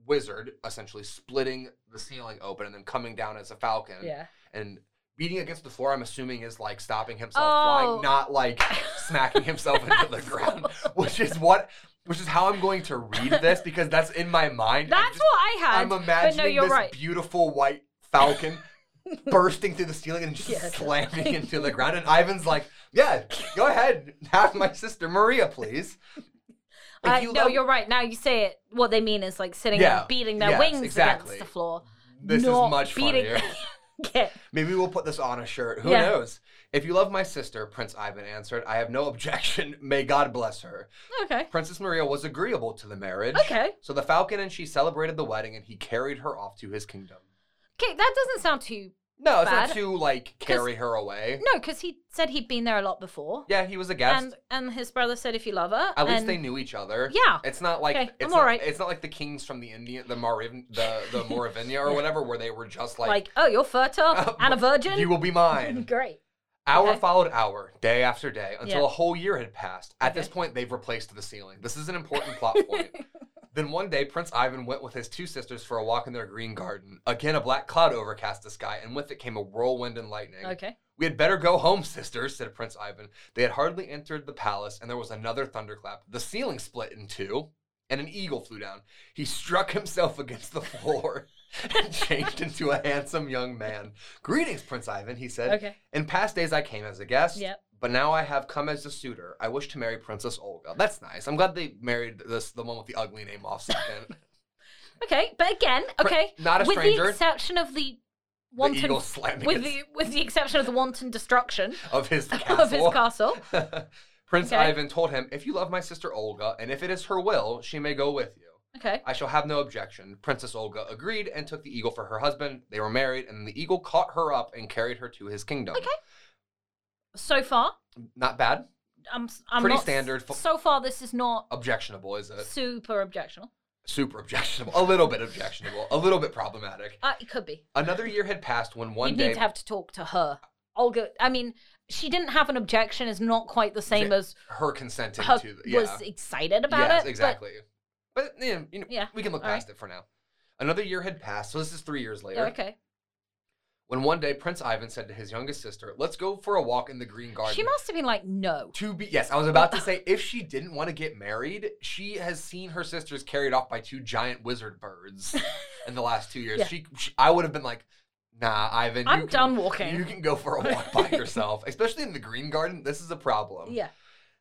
Speaker 1: wizard essentially splitting the ceiling open and then coming down as a falcon (laughs)
Speaker 2: yeah.
Speaker 1: and beating against the floor. I'm assuming is like stopping himself
Speaker 2: Oh.
Speaker 1: flying, not like smacking himself into
Speaker 2: (laughs)
Speaker 1: the ground, which is what, which is how I'm going to read this because that's in my mind. I'm
Speaker 2: That's
Speaker 1: just-
Speaker 2: what I had.
Speaker 1: I'm imagining
Speaker 2: but no, you're
Speaker 1: this
Speaker 2: right.
Speaker 1: beautiful white
Speaker 2: (laughs)
Speaker 1: falcon bursting through the ceiling and just
Speaker 2: Yes.
Speaker 1: slamming into the ground. And Ivan's like, "Yeah, go ahead, have my sister Maria, please." Like,
Speaker 2: I,
Speaker 1: you
Speaker 2: no,
Speaker 1: love-
Speaker 2: you're right. Now you say it. What they mean is like sitting
Speaker 1: Yeah.
Speaker 2: and beating their
Speaker 1: Yes,
Speaker 2: wings
Speaker 1: exactly.
Speaker 2: against the floor. (laughs)
Speaker 1: This is
Speaker 2: not
Speaker 1: much
Speaker 2: beating-
Speaker 1: funnier.
Speaker 2: get.
Speaker 1: Maybe we'll put this on a shirt. Who
Speaker 2: Yeah.
Speaker 1: knows? If you love my sister, Prince Ivan answered, I have no objection. (laughs) May God bless her.
Speaker 2: Okay.
Speaker 1: Princess Maria was agreeable to the marriage.
Speaker 2: Okay.
Speaker 1: So the falcon and she celebrated the wedding and he carried her off to his kingdom.
Speaker 2: Okay, that doesn't sound too.
Speaker 1: No, it's
Speaker 2: Bad.
Speaker 1: not to like carry her away.
Speaker 2: No, because he said he'd been there a lot before.
Speaker 1: Yeah, he was a guest.
Speaker 2: And and his brother said if you love her.
Speaker 1: At least
Speaker 2: and-
Speaker 1: they knew each other.
Speaker 2: Yeah.
Speaker 1: It's not like
Speaker 2: Okay,
Speaker 1: it's
Speaker 2: I'm
Speaker 1: not,
Speaker 2: alright.
Speaker 1: it's not like the kings from the Indian the Morav the
Speaker 2: (laughs)
Speaker 1: the Moravinia or whatever where they were just
Speaker 2: Like,
Speaker 1: like,
Speaker 2: oh, you're fertile
Speaker 1: (laughs) Uh,
Speaker 2: and a virgin. (laughs)
Speaker 1: you will be mine.
Speaker 2: Great.
Speaker 1: Hour
Speaker 2: Okay.
Speaker 1: followed hour, day after day, until
Speaker 2: Yeah.
Speaker 1: a whole year had passed. At this
Speaker 2: Okay.
Speaker 1: point, they've replaced the ceiling. This is an important
Speaker 2: (laughs)
Speaker 1: plot point. Then one day, Prince Ivan went with his two sisters for a walk in their green garden. Again, a black cloud overcast the sky, and with it came a whirlwind and lightning.
Speaker 2: Okay.
Speaker 1: We had better go home, sisters, said Prince Ivan. They had hardly entered the palace, and there was another thunderclap. The ceiling split in two, and an eagle flew down. He struck himself (laughs) against the floor (laughs) and changed into a handsome young man. Greetings, Prince Ivan, he said.
Speaker 2: Okay.
Speaker 1: In past days, I came as a guest.
Speaker 2: Yep.
Speaker 1: But now I have come as a suitor. I wish to marry Princess Olga. That's nice. I'm glad they married this the one with the ugly name off
Speaker 2: (laughs)
Speaker 1: second.
Speaker 2: Okay. But again,
Speaker 1: Pri-
Speaker 2: okay.
Speaker 1: Not a
Speaker 2: with
Speaker 1: stranger.
Speaker 2: the exception of the
Speaker 1: the
Speaker 2: wanton
Speaker 1: eagle slamming
Speaker 2: (laughs) with
Speaker 1: his-
Speaker 2: the with the exception of the
Speaker 1: (laughs)
Speaker 2: wanton destruction
Speaker 1: of his castle.
Speaker 2: (laughs) of his castle.
Speaker 1: (laughs) Prince
Speaker 2: Okay.
Speaker 1: Ivan told him, If you love my sister Olga, and if it is her will, she may go with you.
Speaker 2: Okay.
Speaker 1: I shall have no objection. Princess Olga agreed and took the eagle for her husband. They were married, and the eagle caught her up and carried her to his kingdom.
Speaker 2: Okay. So far,
Speaker 1: Not bad.
Speaker 2: I'm s- I'm
Speaker 1: Pretty
Speaker 2: not s-
Speaker 1: standard Uh, fo-
Speaker 2: So far, this is not
Speaker 1: Objectionable, is it?
Speaker 2: super objectionable.
Speaker 1: Super objectionable. A little bit objectionable. A little bit problematic.
Speaker 2: Uh, it could be.
Speaker 1: Another year had passed when one
Speaker 2: You'd
Speaker 1: day.
Speaker 2: need to have to talk to her. Olga, I mean, she didn't have an objection. Is not quite the same
Speaker 1: Yeah,
Speaker 2: as
Speaker 1: her consenting
Speaker 2: her
Speaker 1: to the, yeah.
Speaker 2: was excited about
Speaker 1: yes,
Speaker 2: it. but-
Speaker 1: exactly. But, yeah, you know,
Speaker 2: Yeah,
Speaker 1: we can look
Speaker 2: all right.
Speaker 1: past it for now. Another year had passed, so this is three years later.
Speaker 2: yeah, okay.
Speaker 1: When one day Prince Ivan said to his youngest sister, "Let's go for a walk in the green garden."
Speaker 2: She must have been like, no.
Speaker 1: to be yes, I was about
Speaker 2: (laughs)
Speaker 1: to say if she didn't want to get married, she has seen her sisters carried off by two giant wizard birds in the last two years.
Speaker 2: Yeah.
Speaker 1: She, she, I would have been like, "Nah, Ivan, you
Speaker 2: I'm
Speaker 1: can-
Speaker 2: done walking.
Speaker 1: You can go for a walk
Speaker 2: (laughs)
Speaker 1: by yourself, especially in the green garden. This is a problem."
Speaker 2: yeah.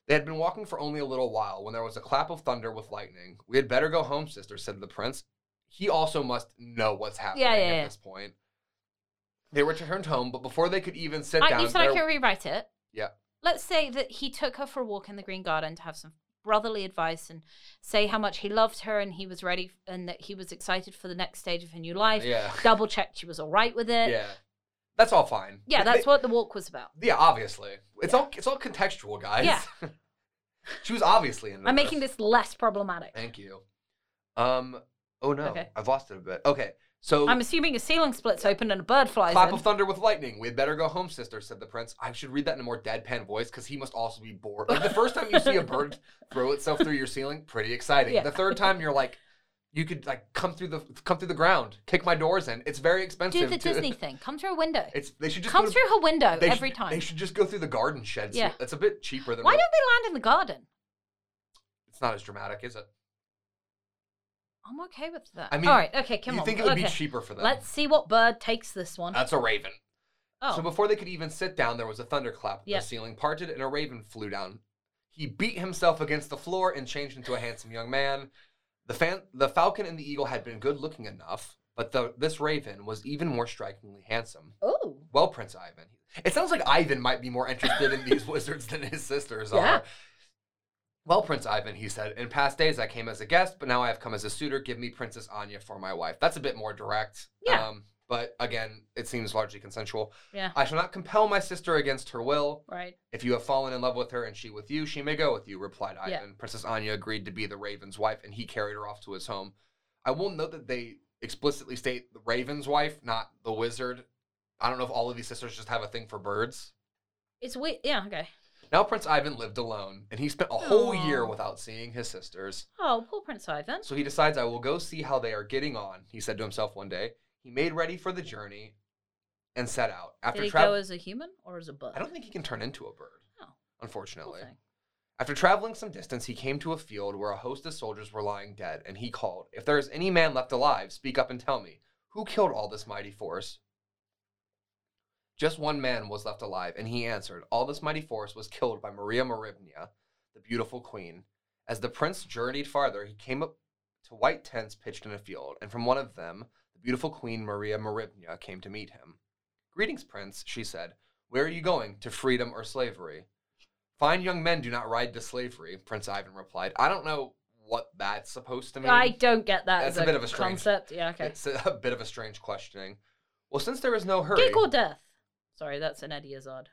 Speaker 1: They had been walking for only a little while when there was a clap of thunder with lightning. We had better go home, sister, said the prince. He also must know what's happening
Speaker 2: yeah,
Speaker 1: at
Speaker 2: yeah.
Speaker 1: this point. They returned home, but before they could even sit
Speaker 2: I,
Speaker 1: down,
Speaker 2: you said I
Speaker 1: there-
Speaker 2: can rewrite it.
Speaker 1: Yeah.
Speaker 2: Let's say that he took her for a walk in the green garden to have some brotherly advice and say how much he loved her and he was ready and that he was excited for the next stage of her new life.
Speaker 1: yeah,
Speaker 2: Double checked she was all right with it.
Speaker 1: yeah, that's all fine.
Speaker 2: Yeah,
Speaker 1: They-
Speaker 2: that's what the walk was about.
Speaker 1: they- yeah, obviously, it's all it's all contextual, guys.
Speaker 2: Yeah.
Speaker 1: (laughs) she was obviously in.
Speaker 2: I'm making this less problematic.
Speaker 1: Thank you. Um. Oh no,
Speaker 2: Okay.
Speaker 1: I've lost it a bit. Okay, so
Speaker 2: I'm assuming a ceiling splits open and a bird flies
Speaker 1: Clap
Speaker 2: in.
Speaker 1: of thunder with lightning. We had better go home, sister, said the prince. I should read that in a more deadpan voice because he must also be bored. Like the first time you see a
Speaker 2: (laughs)
Speaker 1: bird throw itself through your ceiling, pretty exciting.
Speaker 2: Yeah.
Speaker 1: The third time you're like, you could like come through the come through the ground, kick my doors in. It's very expensive.
Speaker 2: Do the
Speaker 1: to-
Speaker 2: Disney thing. Come through a window.
Speaker 1: (laughs) It's they should just
Speaker 2: Come
Speaker 1: go to-
Speaker 2: through her window
Speaker 1: they
Speaker 2: every
Speaker 1: should- They
Speaker 2: time.
Speaker 1: should just go through the garden sheds.
Speaker 2: Yeah.
Speaker 1: It's a bit cheaper than
Speaker 2: Why don't they land in the garden?
Speaker 1: it's not as dramatic, is it?
Speaker 2: I'm okay with that.
Speaker 1: I mean,
Speaker 2: all right, okay, come
Speaker 1: you
Speaker 2: on.
Speaker 1: think it would be
Speaker 2: okay.
Speaker 1: cheaper for them?
Speaker 2: Let's see what bird takes this one.
Speaker 1: That's a raven.
Speaker 2: oh,
Speaker 1: So before they could even sit down, there was a thunderclap.
Speaker 2: Yeah.
Speaker 1: The ceiling parted and a raven flew down. He beat himself against the floor and changed into a handsome young man. The, fan, the falcon and the eagle had been good looking enough, but the, this raven was even more strikingly handsome.
Speaker 2: oh,
Speaker 1: Well, Prince Ivan. It sounds like Ivan might be more interested in these (laughs) wizards than his sisters
Speaker 2: Yeah.
Speaker 1: are. Well, Prince Ivan, he said, in past days I came as a guest, but now I have come as a suitor. Give me Princess Anya for my wife. That's a bit more direct.
Speaker 2: Yeah.
Speaker 1: Um, but again, it seems largely consensual.
Speaker 2: Yeah.
Speaker 1: I shall not compel my sister against her will.
Speaker 2: right.
Speaker 1: If you have fallen in love with her and she with you, she may go with you, replied Ivan.
Speaker 2: Yeah.
Speaker 1: Princess Anya agreed to be the raven's wife, and he carried her off to his home. I will note that they explicitly state the raven's wife, not the wizard. I don't know if all of these sisters just have a thing for birds.
Speaker 2: It's weird. Yeah, okay.
Speaker 1: Now Prince Ivan lived alone, and he spent a whole
Speaker 2: Aw.
Speaker 1: year without seeing his sisters.
Speaker 2: Oh, poor Prince Ivan.
Speaker 1: So he decides, I will go see how they are getting on, he said to himself one day. He made ready for the journey and set out.
Speaker 2: Did
Speaker 1: After
Speaker 2: he go
Speaker 1: travel,
Speaker 2: as a human or as a bird?
Speaker 1: I don't think he can turn into a bird,
Speaker 2: Oh, cool
Speaker 1: unfortunately.
Speaker 2: thing.
Speaker 1: After traveling some distance, he came to a field where a host of soldiers were lying dead, and he called, If there is any man left alive, speak up and tell me, who killed all this mighty force? Just one man was left alive, and he answered, All this mighty force was killed by Maria Morivnia, the beautiful queen. As the prince journeyed farther, he came up to white tents pitched in a field, and from one of them, the beautiful queen Maria Morivnia came to meet him. Greetings, Prince, she said. Where are you going? To freedom or slavery? Fine young men do not ride to slavery, Prince Ivan replied. I don't know what that's supposed to mean.
Speaker 2: I don't get that.
Speaker 1: that's
Speaker 2: as
Speaker 1: a bit of a strange-
Speaker 2: concept. Yeah, okay.
Speaker 1: It's a, (laughs) a bit of a strange questioning. Well, since there is no hurry.
Speaker 2: Gig or death? Sorry, that's an Eddie Izzard.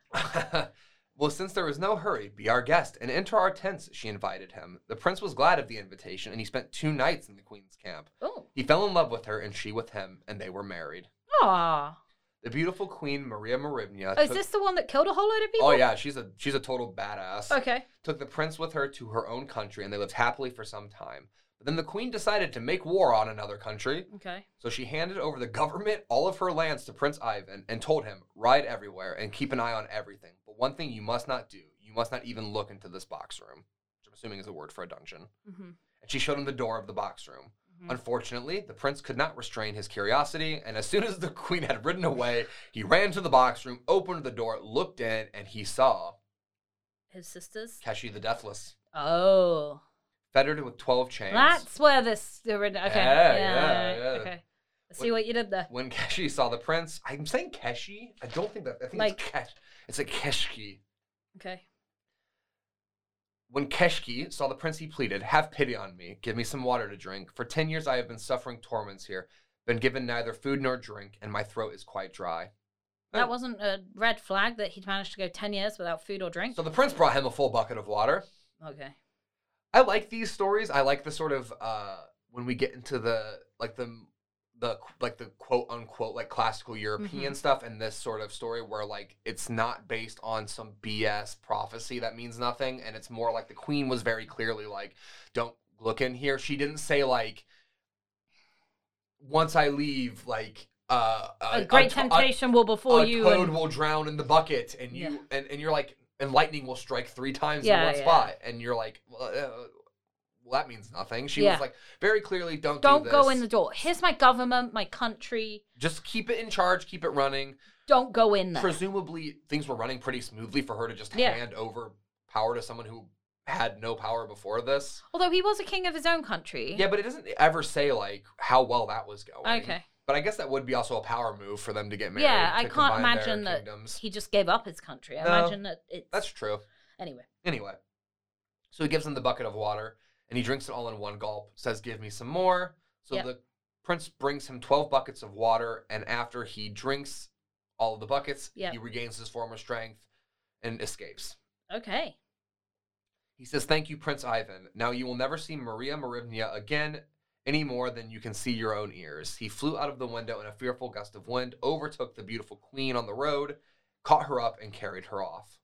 Speaker 1: (laughs) well, since there was no hurry, be our guest and enter our tents, she invited him. The prince was glad of the invitation, and he spent two nights in the queen's camp.
Speaker 2: Oh,
Speaker 1: He fell in love with her, and she with him, and they were married.
Speaker 2: ah.
Speaker 1: The beautiful queen Maria Marivnia.
Speaker 2: Oh, is
Speaker 1: took-
Speaker 2: this the one that killed a whole load of people?
Speaker 1: Oh yeah, she's a she's a total badass.
Speaker 2: Okay.
Speaker 1: Took the prince with her to her own country, and they lived happily for some time. But then the queen decided to make war on another country,
Speaker 2: Okay.
Speaker 1: so she handed over the government, all of her lands to Prince Ivan, and told him, ride everywhere and keep an eye on everything. But one thing you must not do, you must not even look into this box room, which I'm assuming is a word for a dungeon.
Speaker 2: hmm
Speaker 1: And she showed him the door of the box room.
Speaker 2: Mm-hmm.
Speaker 1: Unfortunately, the prince could not restrain his curiosity, and as soon as the (laughs) queen had ridden away, he ran to the box room, opened the door, looked in, and he saw
Speaker 2: His sisters.
Speaker 1: Keshi the Deathless,
Speaker 2: Oh,
Speaker 1: fettered with 12 chains.
Speaker 2: that's where this. the ori- Okay.
Speaker 1: Yeah, yeah, yeah.
Speaker 2: Okay. I See what you did there.
Speaker 1: When Keshi saw the prince, I'm saying Keshi. I don't think that, I think
Speaker 2: Like-
Speaker 1: it's Kesh. It's a Keshki.
Speaker 2: Okay.
Speaker 1: When Keshki saw the prince, he pleaded, Have pity on me. Give me some water to drink. For 10 years I have been suffering torments here, been given neither food nor drink, and my throat is quite dry.
Speaker 2: That wasn't a red flag that he'd managed to go 10 years without food or drink.
Speaker 1: So the prince brought him a full bucket of water.
Speaker 2: Okay.
Speaker 1: I like these stories. I like the sort of uh, when we get into the like the the like the quote unquote like classical European
Speaker 2: Mm-hmm.
Speaker 1: stuff and this sort of story where like it's not based on some BS prophecy that means nothing and it's more like the queen was very clearly like don't look in here. She didn't say like once I leave like uh,
Speaker 2: A, great
Speaker 1: to-
Speaker 2: temptation will before
Speaker 1: a
Speaker 2: you.
Speaker 1: toad
Speaker 2: and-
Speaker 1: will drown in the bucket, and you and, and you're like, and lightning will strike three times in
Speaker 2: Yeah,
Speaker 1: one
Speaker 2: yeah.
Speaker 1: spot, and you're like, well, uh, well, that means nothing. She
Speaker 2: Yeah.
Speaker 1: was like, very clearly, don't do
Speaker 2: don't go
Speaker 1: this.
Speaker 2: in the door. Here's my government, my country.
Speaker 1: Just keep it in charge, keep it running.
Speaker 2: Don't go in there.
Speaker 1: Presumably, things were running pretty smoothly for her to just
Speaker 2: Yeah.
Speaker 1: hand over power to someone who had no power before this.
Speaker 2: Although he was a king of his own country.
Speaker 1: Yeah, but it doesn't ever say like how well that was going.
Speaker 2: Okay.
Speaker 1: But I guess that would be also a power move for them to get married.
Speaker 2: Yeah, I
Speaker 1: to
Speaker 2: can't
Speaker 1: combine their
Speaker 2: imagine that
Speaker 1: kingdoms.
Speaker 2: He just gave up his country. I
Speaker 1: No.
Speaker 2: imagine that it's.
Speaker 1: That's true.
Speaker 2: Anyway.
Speaker 1: Anyway, so he gives him the bucket of water and he drinks it all in one gulp, says, Give me some more. So
Speaker 2: Yep.
Speaker 1: the prince brings him 12 buckets of water, and after he drinks all of the buckets,
Speaker 2: Yep.
Speaker 1: he regains his former strength and escapes.
Speaker 2: Okay.
Speaker 1: He says, Thank you, Prince Ivan. Now you will never see Maria Marivnia again any more than you can see your own ears. He flew out of the window in a fearful gust of wind, overtook the beautiful queen on the road, caught her up, and carried her off.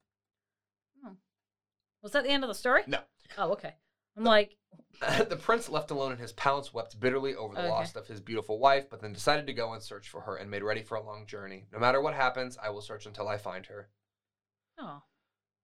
Speaker 2: Was that the end of the story?
Speaker 1: No.
Speaker 2: Oh, okay. I'm like,
Speaker 1: (laughs) the prince, left alone in his palace, wept bitterly over the
Speaker 2: Okay.
Speaker 1: loss of his beautiful wife, but then decided to go and search for her and made ready for a long journey. No matter what happens, I will search until I find her.
Speaker 2: oh,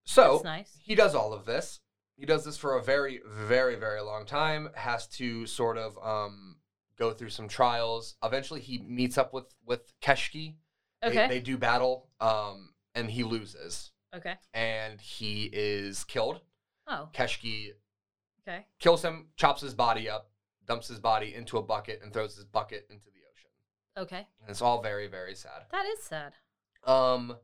Speaker 1: So
Speaker 2: that's nice.
Speaker 1: he does all of this. He does this for a very, very, very long time. Has to sort of um, go through some trials. Eventually, he meets up with with Keshki. They-
Speaker 2: Okay.
Speaker 1: They, do battle, um, and he loses,
Speaker 2: okay.
Speaker 1: and he is killed.
Speaker 2: Oh,
Speaker 1: Keshki
Speaker 2: okay.
Speaker 1: kills him, chops his body up, dumps his body into a bucket, and throws his bucket into the ocean.
Speaker 2: Okay.
Speaker 1: And it's all very, very sad.
Speaker 2: That is sad.
Speaker 1: Um,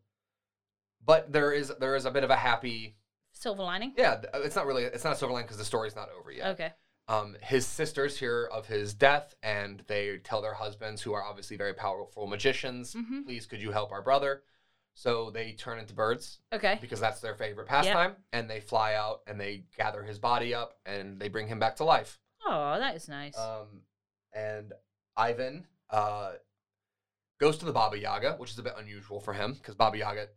Speaker 1: but there is there is a bit of a happy.
Speaker 2: Silver lining.
Speaker 1: Yeah, th- uh, it's not really it's not a silver line because the story's not over yet.
Speaker 2: Okay.
Speaker 1: Um, his sisters hear of his death, and they tell their husbands, who are obviously very powerful magicians,
Speaker 2: Mm-hmm.
Speaker 1: "Please, could you help our brother?" So they turn into birds
Speaker 2: Okay.
Speaker 1: because that's their favorite pastime, and they fly out and they gather his body up and they bring him back to life.
Speaker 2: Oh, that is nice.
Speaker 1: Um, and Ivan uh, goes to the Baba Yaga, which is a bit unusual for him because Baba Yaga,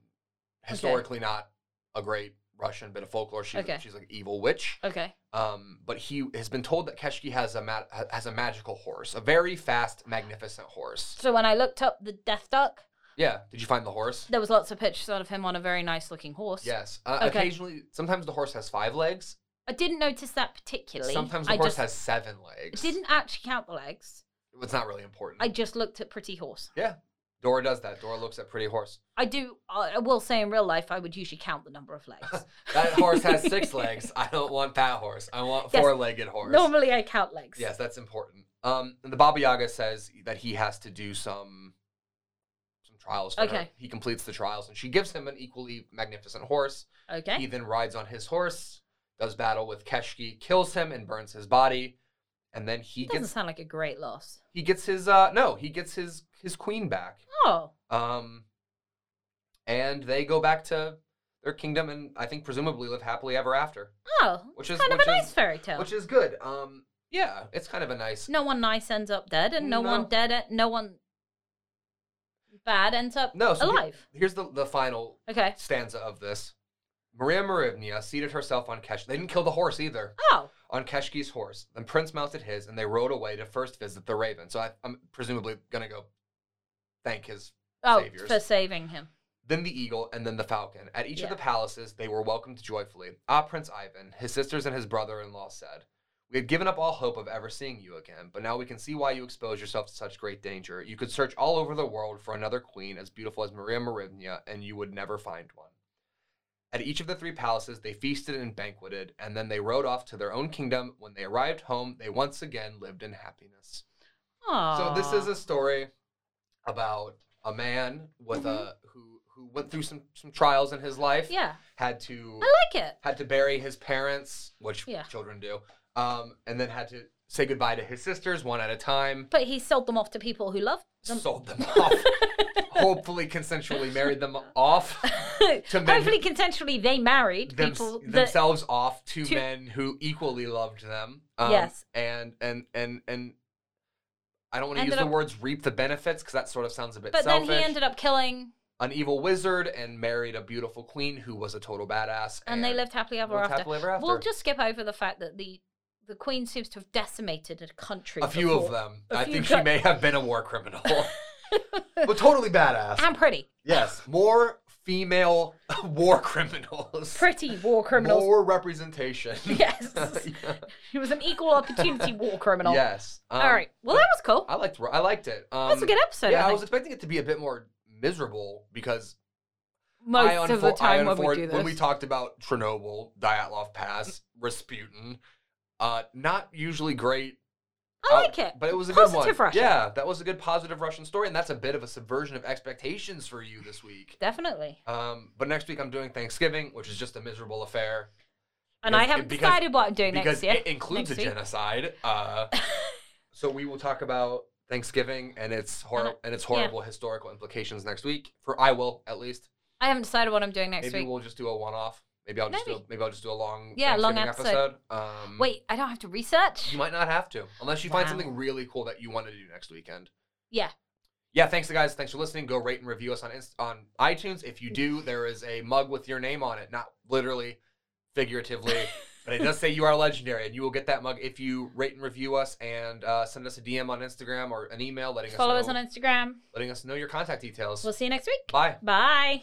Speaker 1: historically not a great Russian bit of folklore. She's
Speaker 2: Okay.
Speaker 1: she's like an evil witch.
Speaker 2: okay.
Speaker 1: Um, but he has been told that Keshki has a ma- ha- has a magical horse, a very fast, magnificent horse.
Speaker 2: So when I looked up the death duck,
Speaker 1: Yeah. Did you find the horse?
Speaker 2: there was lots of pictures of him on a very nice looking horse.
Speaker 1: Yes. Uh,
Speaker 2: Okay.
Speaker 1: Occasionally, sometimes the horse has five legs.
Speaker 2: I didn't notice that particularly.
Speaker 1: Sometimes the
Speaker 2: I
Speaker 1: horse
Speaker 2: just
Speaker 1: has seven legs.
Speaker 2: didn't actually count the legs.
Speaker 1: It's not really important.
Speaker 2: I just looked at pretty horse.
Speaker 1: Dora does that. Dora looks at pretty horse.
Speaker 2: I do. I I will say in real life, I would usually count the number of legs.
Speaker 1: That horse has six legs. I don't want that horse. I want
Speaker 2: Yes.
Speaker 1: four-legged horse.
Speaker 2: Normally, I count legs.
Speaker 1: Yes, that's important. Um, and the Baba Yaga says that he has to do some some trials. For her.
Speaker 2: Okay.
Speaker 1: He completes the trials, and she gives him an equally magnificent horse.
Speaker 2: Okay.
Speaker 1: He then rides on his horse, does battle with Keshki, kills him, and burns his body. And then he
Speaker 2: Doesn't
Speaker 1: gets
Speaker 2: sound like a great loss.
Speaker 1: he gets his uh no he gets his his queen back.
Speaker 2: Oh,
Speaker 1: Um, and they go back to their kingdom, and I think presumably live happily ever after,
Speaker 2: oh,
Speaker 1: which is
Speaker 2: kind of
Speaker 1: which
Speaker 2: a nice
Speaker 1: is,
Speaker 2: fairy tale.
Speaker 1: which is good. Um, yeah, it's kind of a nice.
Speaker 2: no one nice ends up dead, and no,
Speaker 1: No.
Speaker 2: one dead, e- no one bad ends up
Speaker 1: No, so he-
Speaker 2: alive.
Speaker 1: Here's the the final
Speaker 2: okay.
Speaker 1: stanza of this. Maria Marivnia seated herself on Kesh. They didn't kill the horse either.
Speaker 2: Oh,
Speaker 1: On Keshki's horse. Then Prince mounted his, and they rode away to first visit the Raven. So I, I'm presumably gonna go thank his
Speaker 2: oh,
Speaker 1: Saviors.
Speaker 2: for saving him.
Speaker 1: then the eagle, and then the falcon. At each of the
Speaker 2: Yeah.
Speaker 1: palaces, they were welcomed joyfully. Ah, Prince Ivan, his sisters and his brother in law said, We had given up all hope of ever seeing you again, but now we can see why you expose yourself to such great danger. You could search all over the world for another queen as beautiful as Maria Marivnia, and you would never find one. At each of the three palaces, they feasted and banqueted, and then they rode off to their own kingdom. When they arrived home, they once again lived in happiness. So
Speaker 2: Oh,
Speaker 1: this is a story about a man with a who who went through some some trials in his life.
Speaker 2: yeah.
Speaker 1: Had to
Speaker 2: I like it.
Speaker 1: had to bury his parents, which
Speaker 2: Yeah.
Speaker 1: children do, um, and then had to say goodbye to his sisters one at a time.
Speaker 2: But he sold them off to people who loved (laughs) them.
Speaker 1: Sold them off. Hopefully, consensually married them
Speaker 2: (laughs)
Speaker 1: off. To men
Speaker 2: Hopefully, consensually, they married
Speaker 1: them,
Speaker 2: people. That,
Speaker 1: themselves off to,
Speaker 2: to-
Speaker 1: men who equally loved them. Um,
Speaker 2: Yes.
Speaker 1: and and and and I don't want to
Speaker 2: Ended
Speaker 1: use the
Speaker 2: up-
Speaker 1: words reap the benefits because that sort of sounds a bit
Speaker 2: but
Speaker 1: selfish.
Speaker 2: then he ended up killing,
Speaker 1: an evil wizard and married a beautiful queen who was a total badass.
Speaker 2: and, they lived happily ever
Speaker 1: lived
Speaker 2: after.
Speaker 1: happily ever after.
Speaker 2: We'll just skip over the fact that the the queen seems to have decimated a country.
Speaker 1: a few
Speaker 2: before.
Speaker 1: of them.
Speaker 2: A
Speaker 1: I
Speaker 2: few
Speaker 1: think she
Speaker 2: got-
Speaker 1: may have been a war
Speaker 2: (laughs)
Speaker 1: criminal, but totally badass.
Speaker 2: and pretty,
Speaker 1: yes, more female (laughs) war criminals.
Speaker 2: pretty war criminals.
Speaker 1: More representation.
Speaker 2: (laughs)
Speaker 1: (laughs)
Speaker 2: Yes,
Speaker 1: Yeah.
Speaker 2: he was an equal
Speaker 1: (laughs)
Speaker 2: opportunity war criminal.
Speaker 1: Yes. Um,
Speaker 2: All right. Well, that was cool.
Speaker 1: I liked. I liked it. Um,
Speaker 2: That's a good episode.
Speaker 1: Yeah,
Speaker 2: I
Speaker 1: I
Speaker 2: think.
Speaker 1: was expecting it to be a bit more miserable because
Speaker 2: Most
Speaker 1: I
Speaker 2: of the
Speaker 1: unfor- I
Speaker 2: time when we
Speaker 1: unfor-
Speaker 2: do this,
Speaker 1: When we talked about Chernobyl, Dyatlov Pass, Rasputin, uh, not usually great.
Speaker 2: I
Speaker 1: out-
Speaker 2: like it.
Speaker 1: But it was a good
Speaker 2: Positive
Speaker 1: one.
Speaker 2: Russia.
Speaker 1: Yeah, that was a good positive Russian story, and that's a bit of a subversion of expectations for you this week.
Speaker 2: Definitely.
Speaker 1: Um, but next week I'm doing Thanksgiving, which is just a miserable affair
Speaker 2: And
Speaker 1: Because-
Speaker 2: I haven't
Speaker 1: because-
Speaker 2: decided what I'm doing
Speaker 1: because
Speaker 2: next year.
Speaker 1: it includes
Speaker 2: next
Speaker 1: a
Speaker 2: week.
Speaker 1: genocide.
Speaker 2: (laughs)
Speaker 1: Uh, so we will talk about Thanksgiving and its
Speaker 2: And
Speaker 1: hor-
Speaker 2: I-
Speaker 1: and its horrible historical implications next week. For I will at least.
Speaker 2: I haven't decided what I'm doing next
Speaker 1: maybe
Speaker 2: week.
Speaker 1: we'll just do a one-off. Maybe I'll just do. A,
Speaker 2: Maybe.
Speaker 1: maybe I'll just do a long.
Speaker 2: Yeah, long
Speaker 1: Thanksgiving Um,
Speaker 2: Wait, I don't have to research.
Speaker 1: you might not have to unless you find
Speaker 2: Wow.
Speaker 1: something really cool that you want to do next weekend.
Speaker 2: Yeah.
Speaker 1: Yeah, thanks guys. Thanks for listening. Go rate and review us on Inst- on iTunes. If you do, there is a mug with your name on it, not literally, figuratively,
Speaker 2: (laughs)
Speaker 1: but it does say you are legendary, and you will get that mug if you rate and review us and uh, send us a DM on Instagram or an email letting
Speaker 2: Follow
Speaker 1: us
Speaker 2: us
Speaker 1: know,
Speaker 2: on Instagram.
Speaker 1: letting us know your contact details.
Speaker 2: We'll see you next week.
Speaker 1: Bye.
Speaker 2: Bye.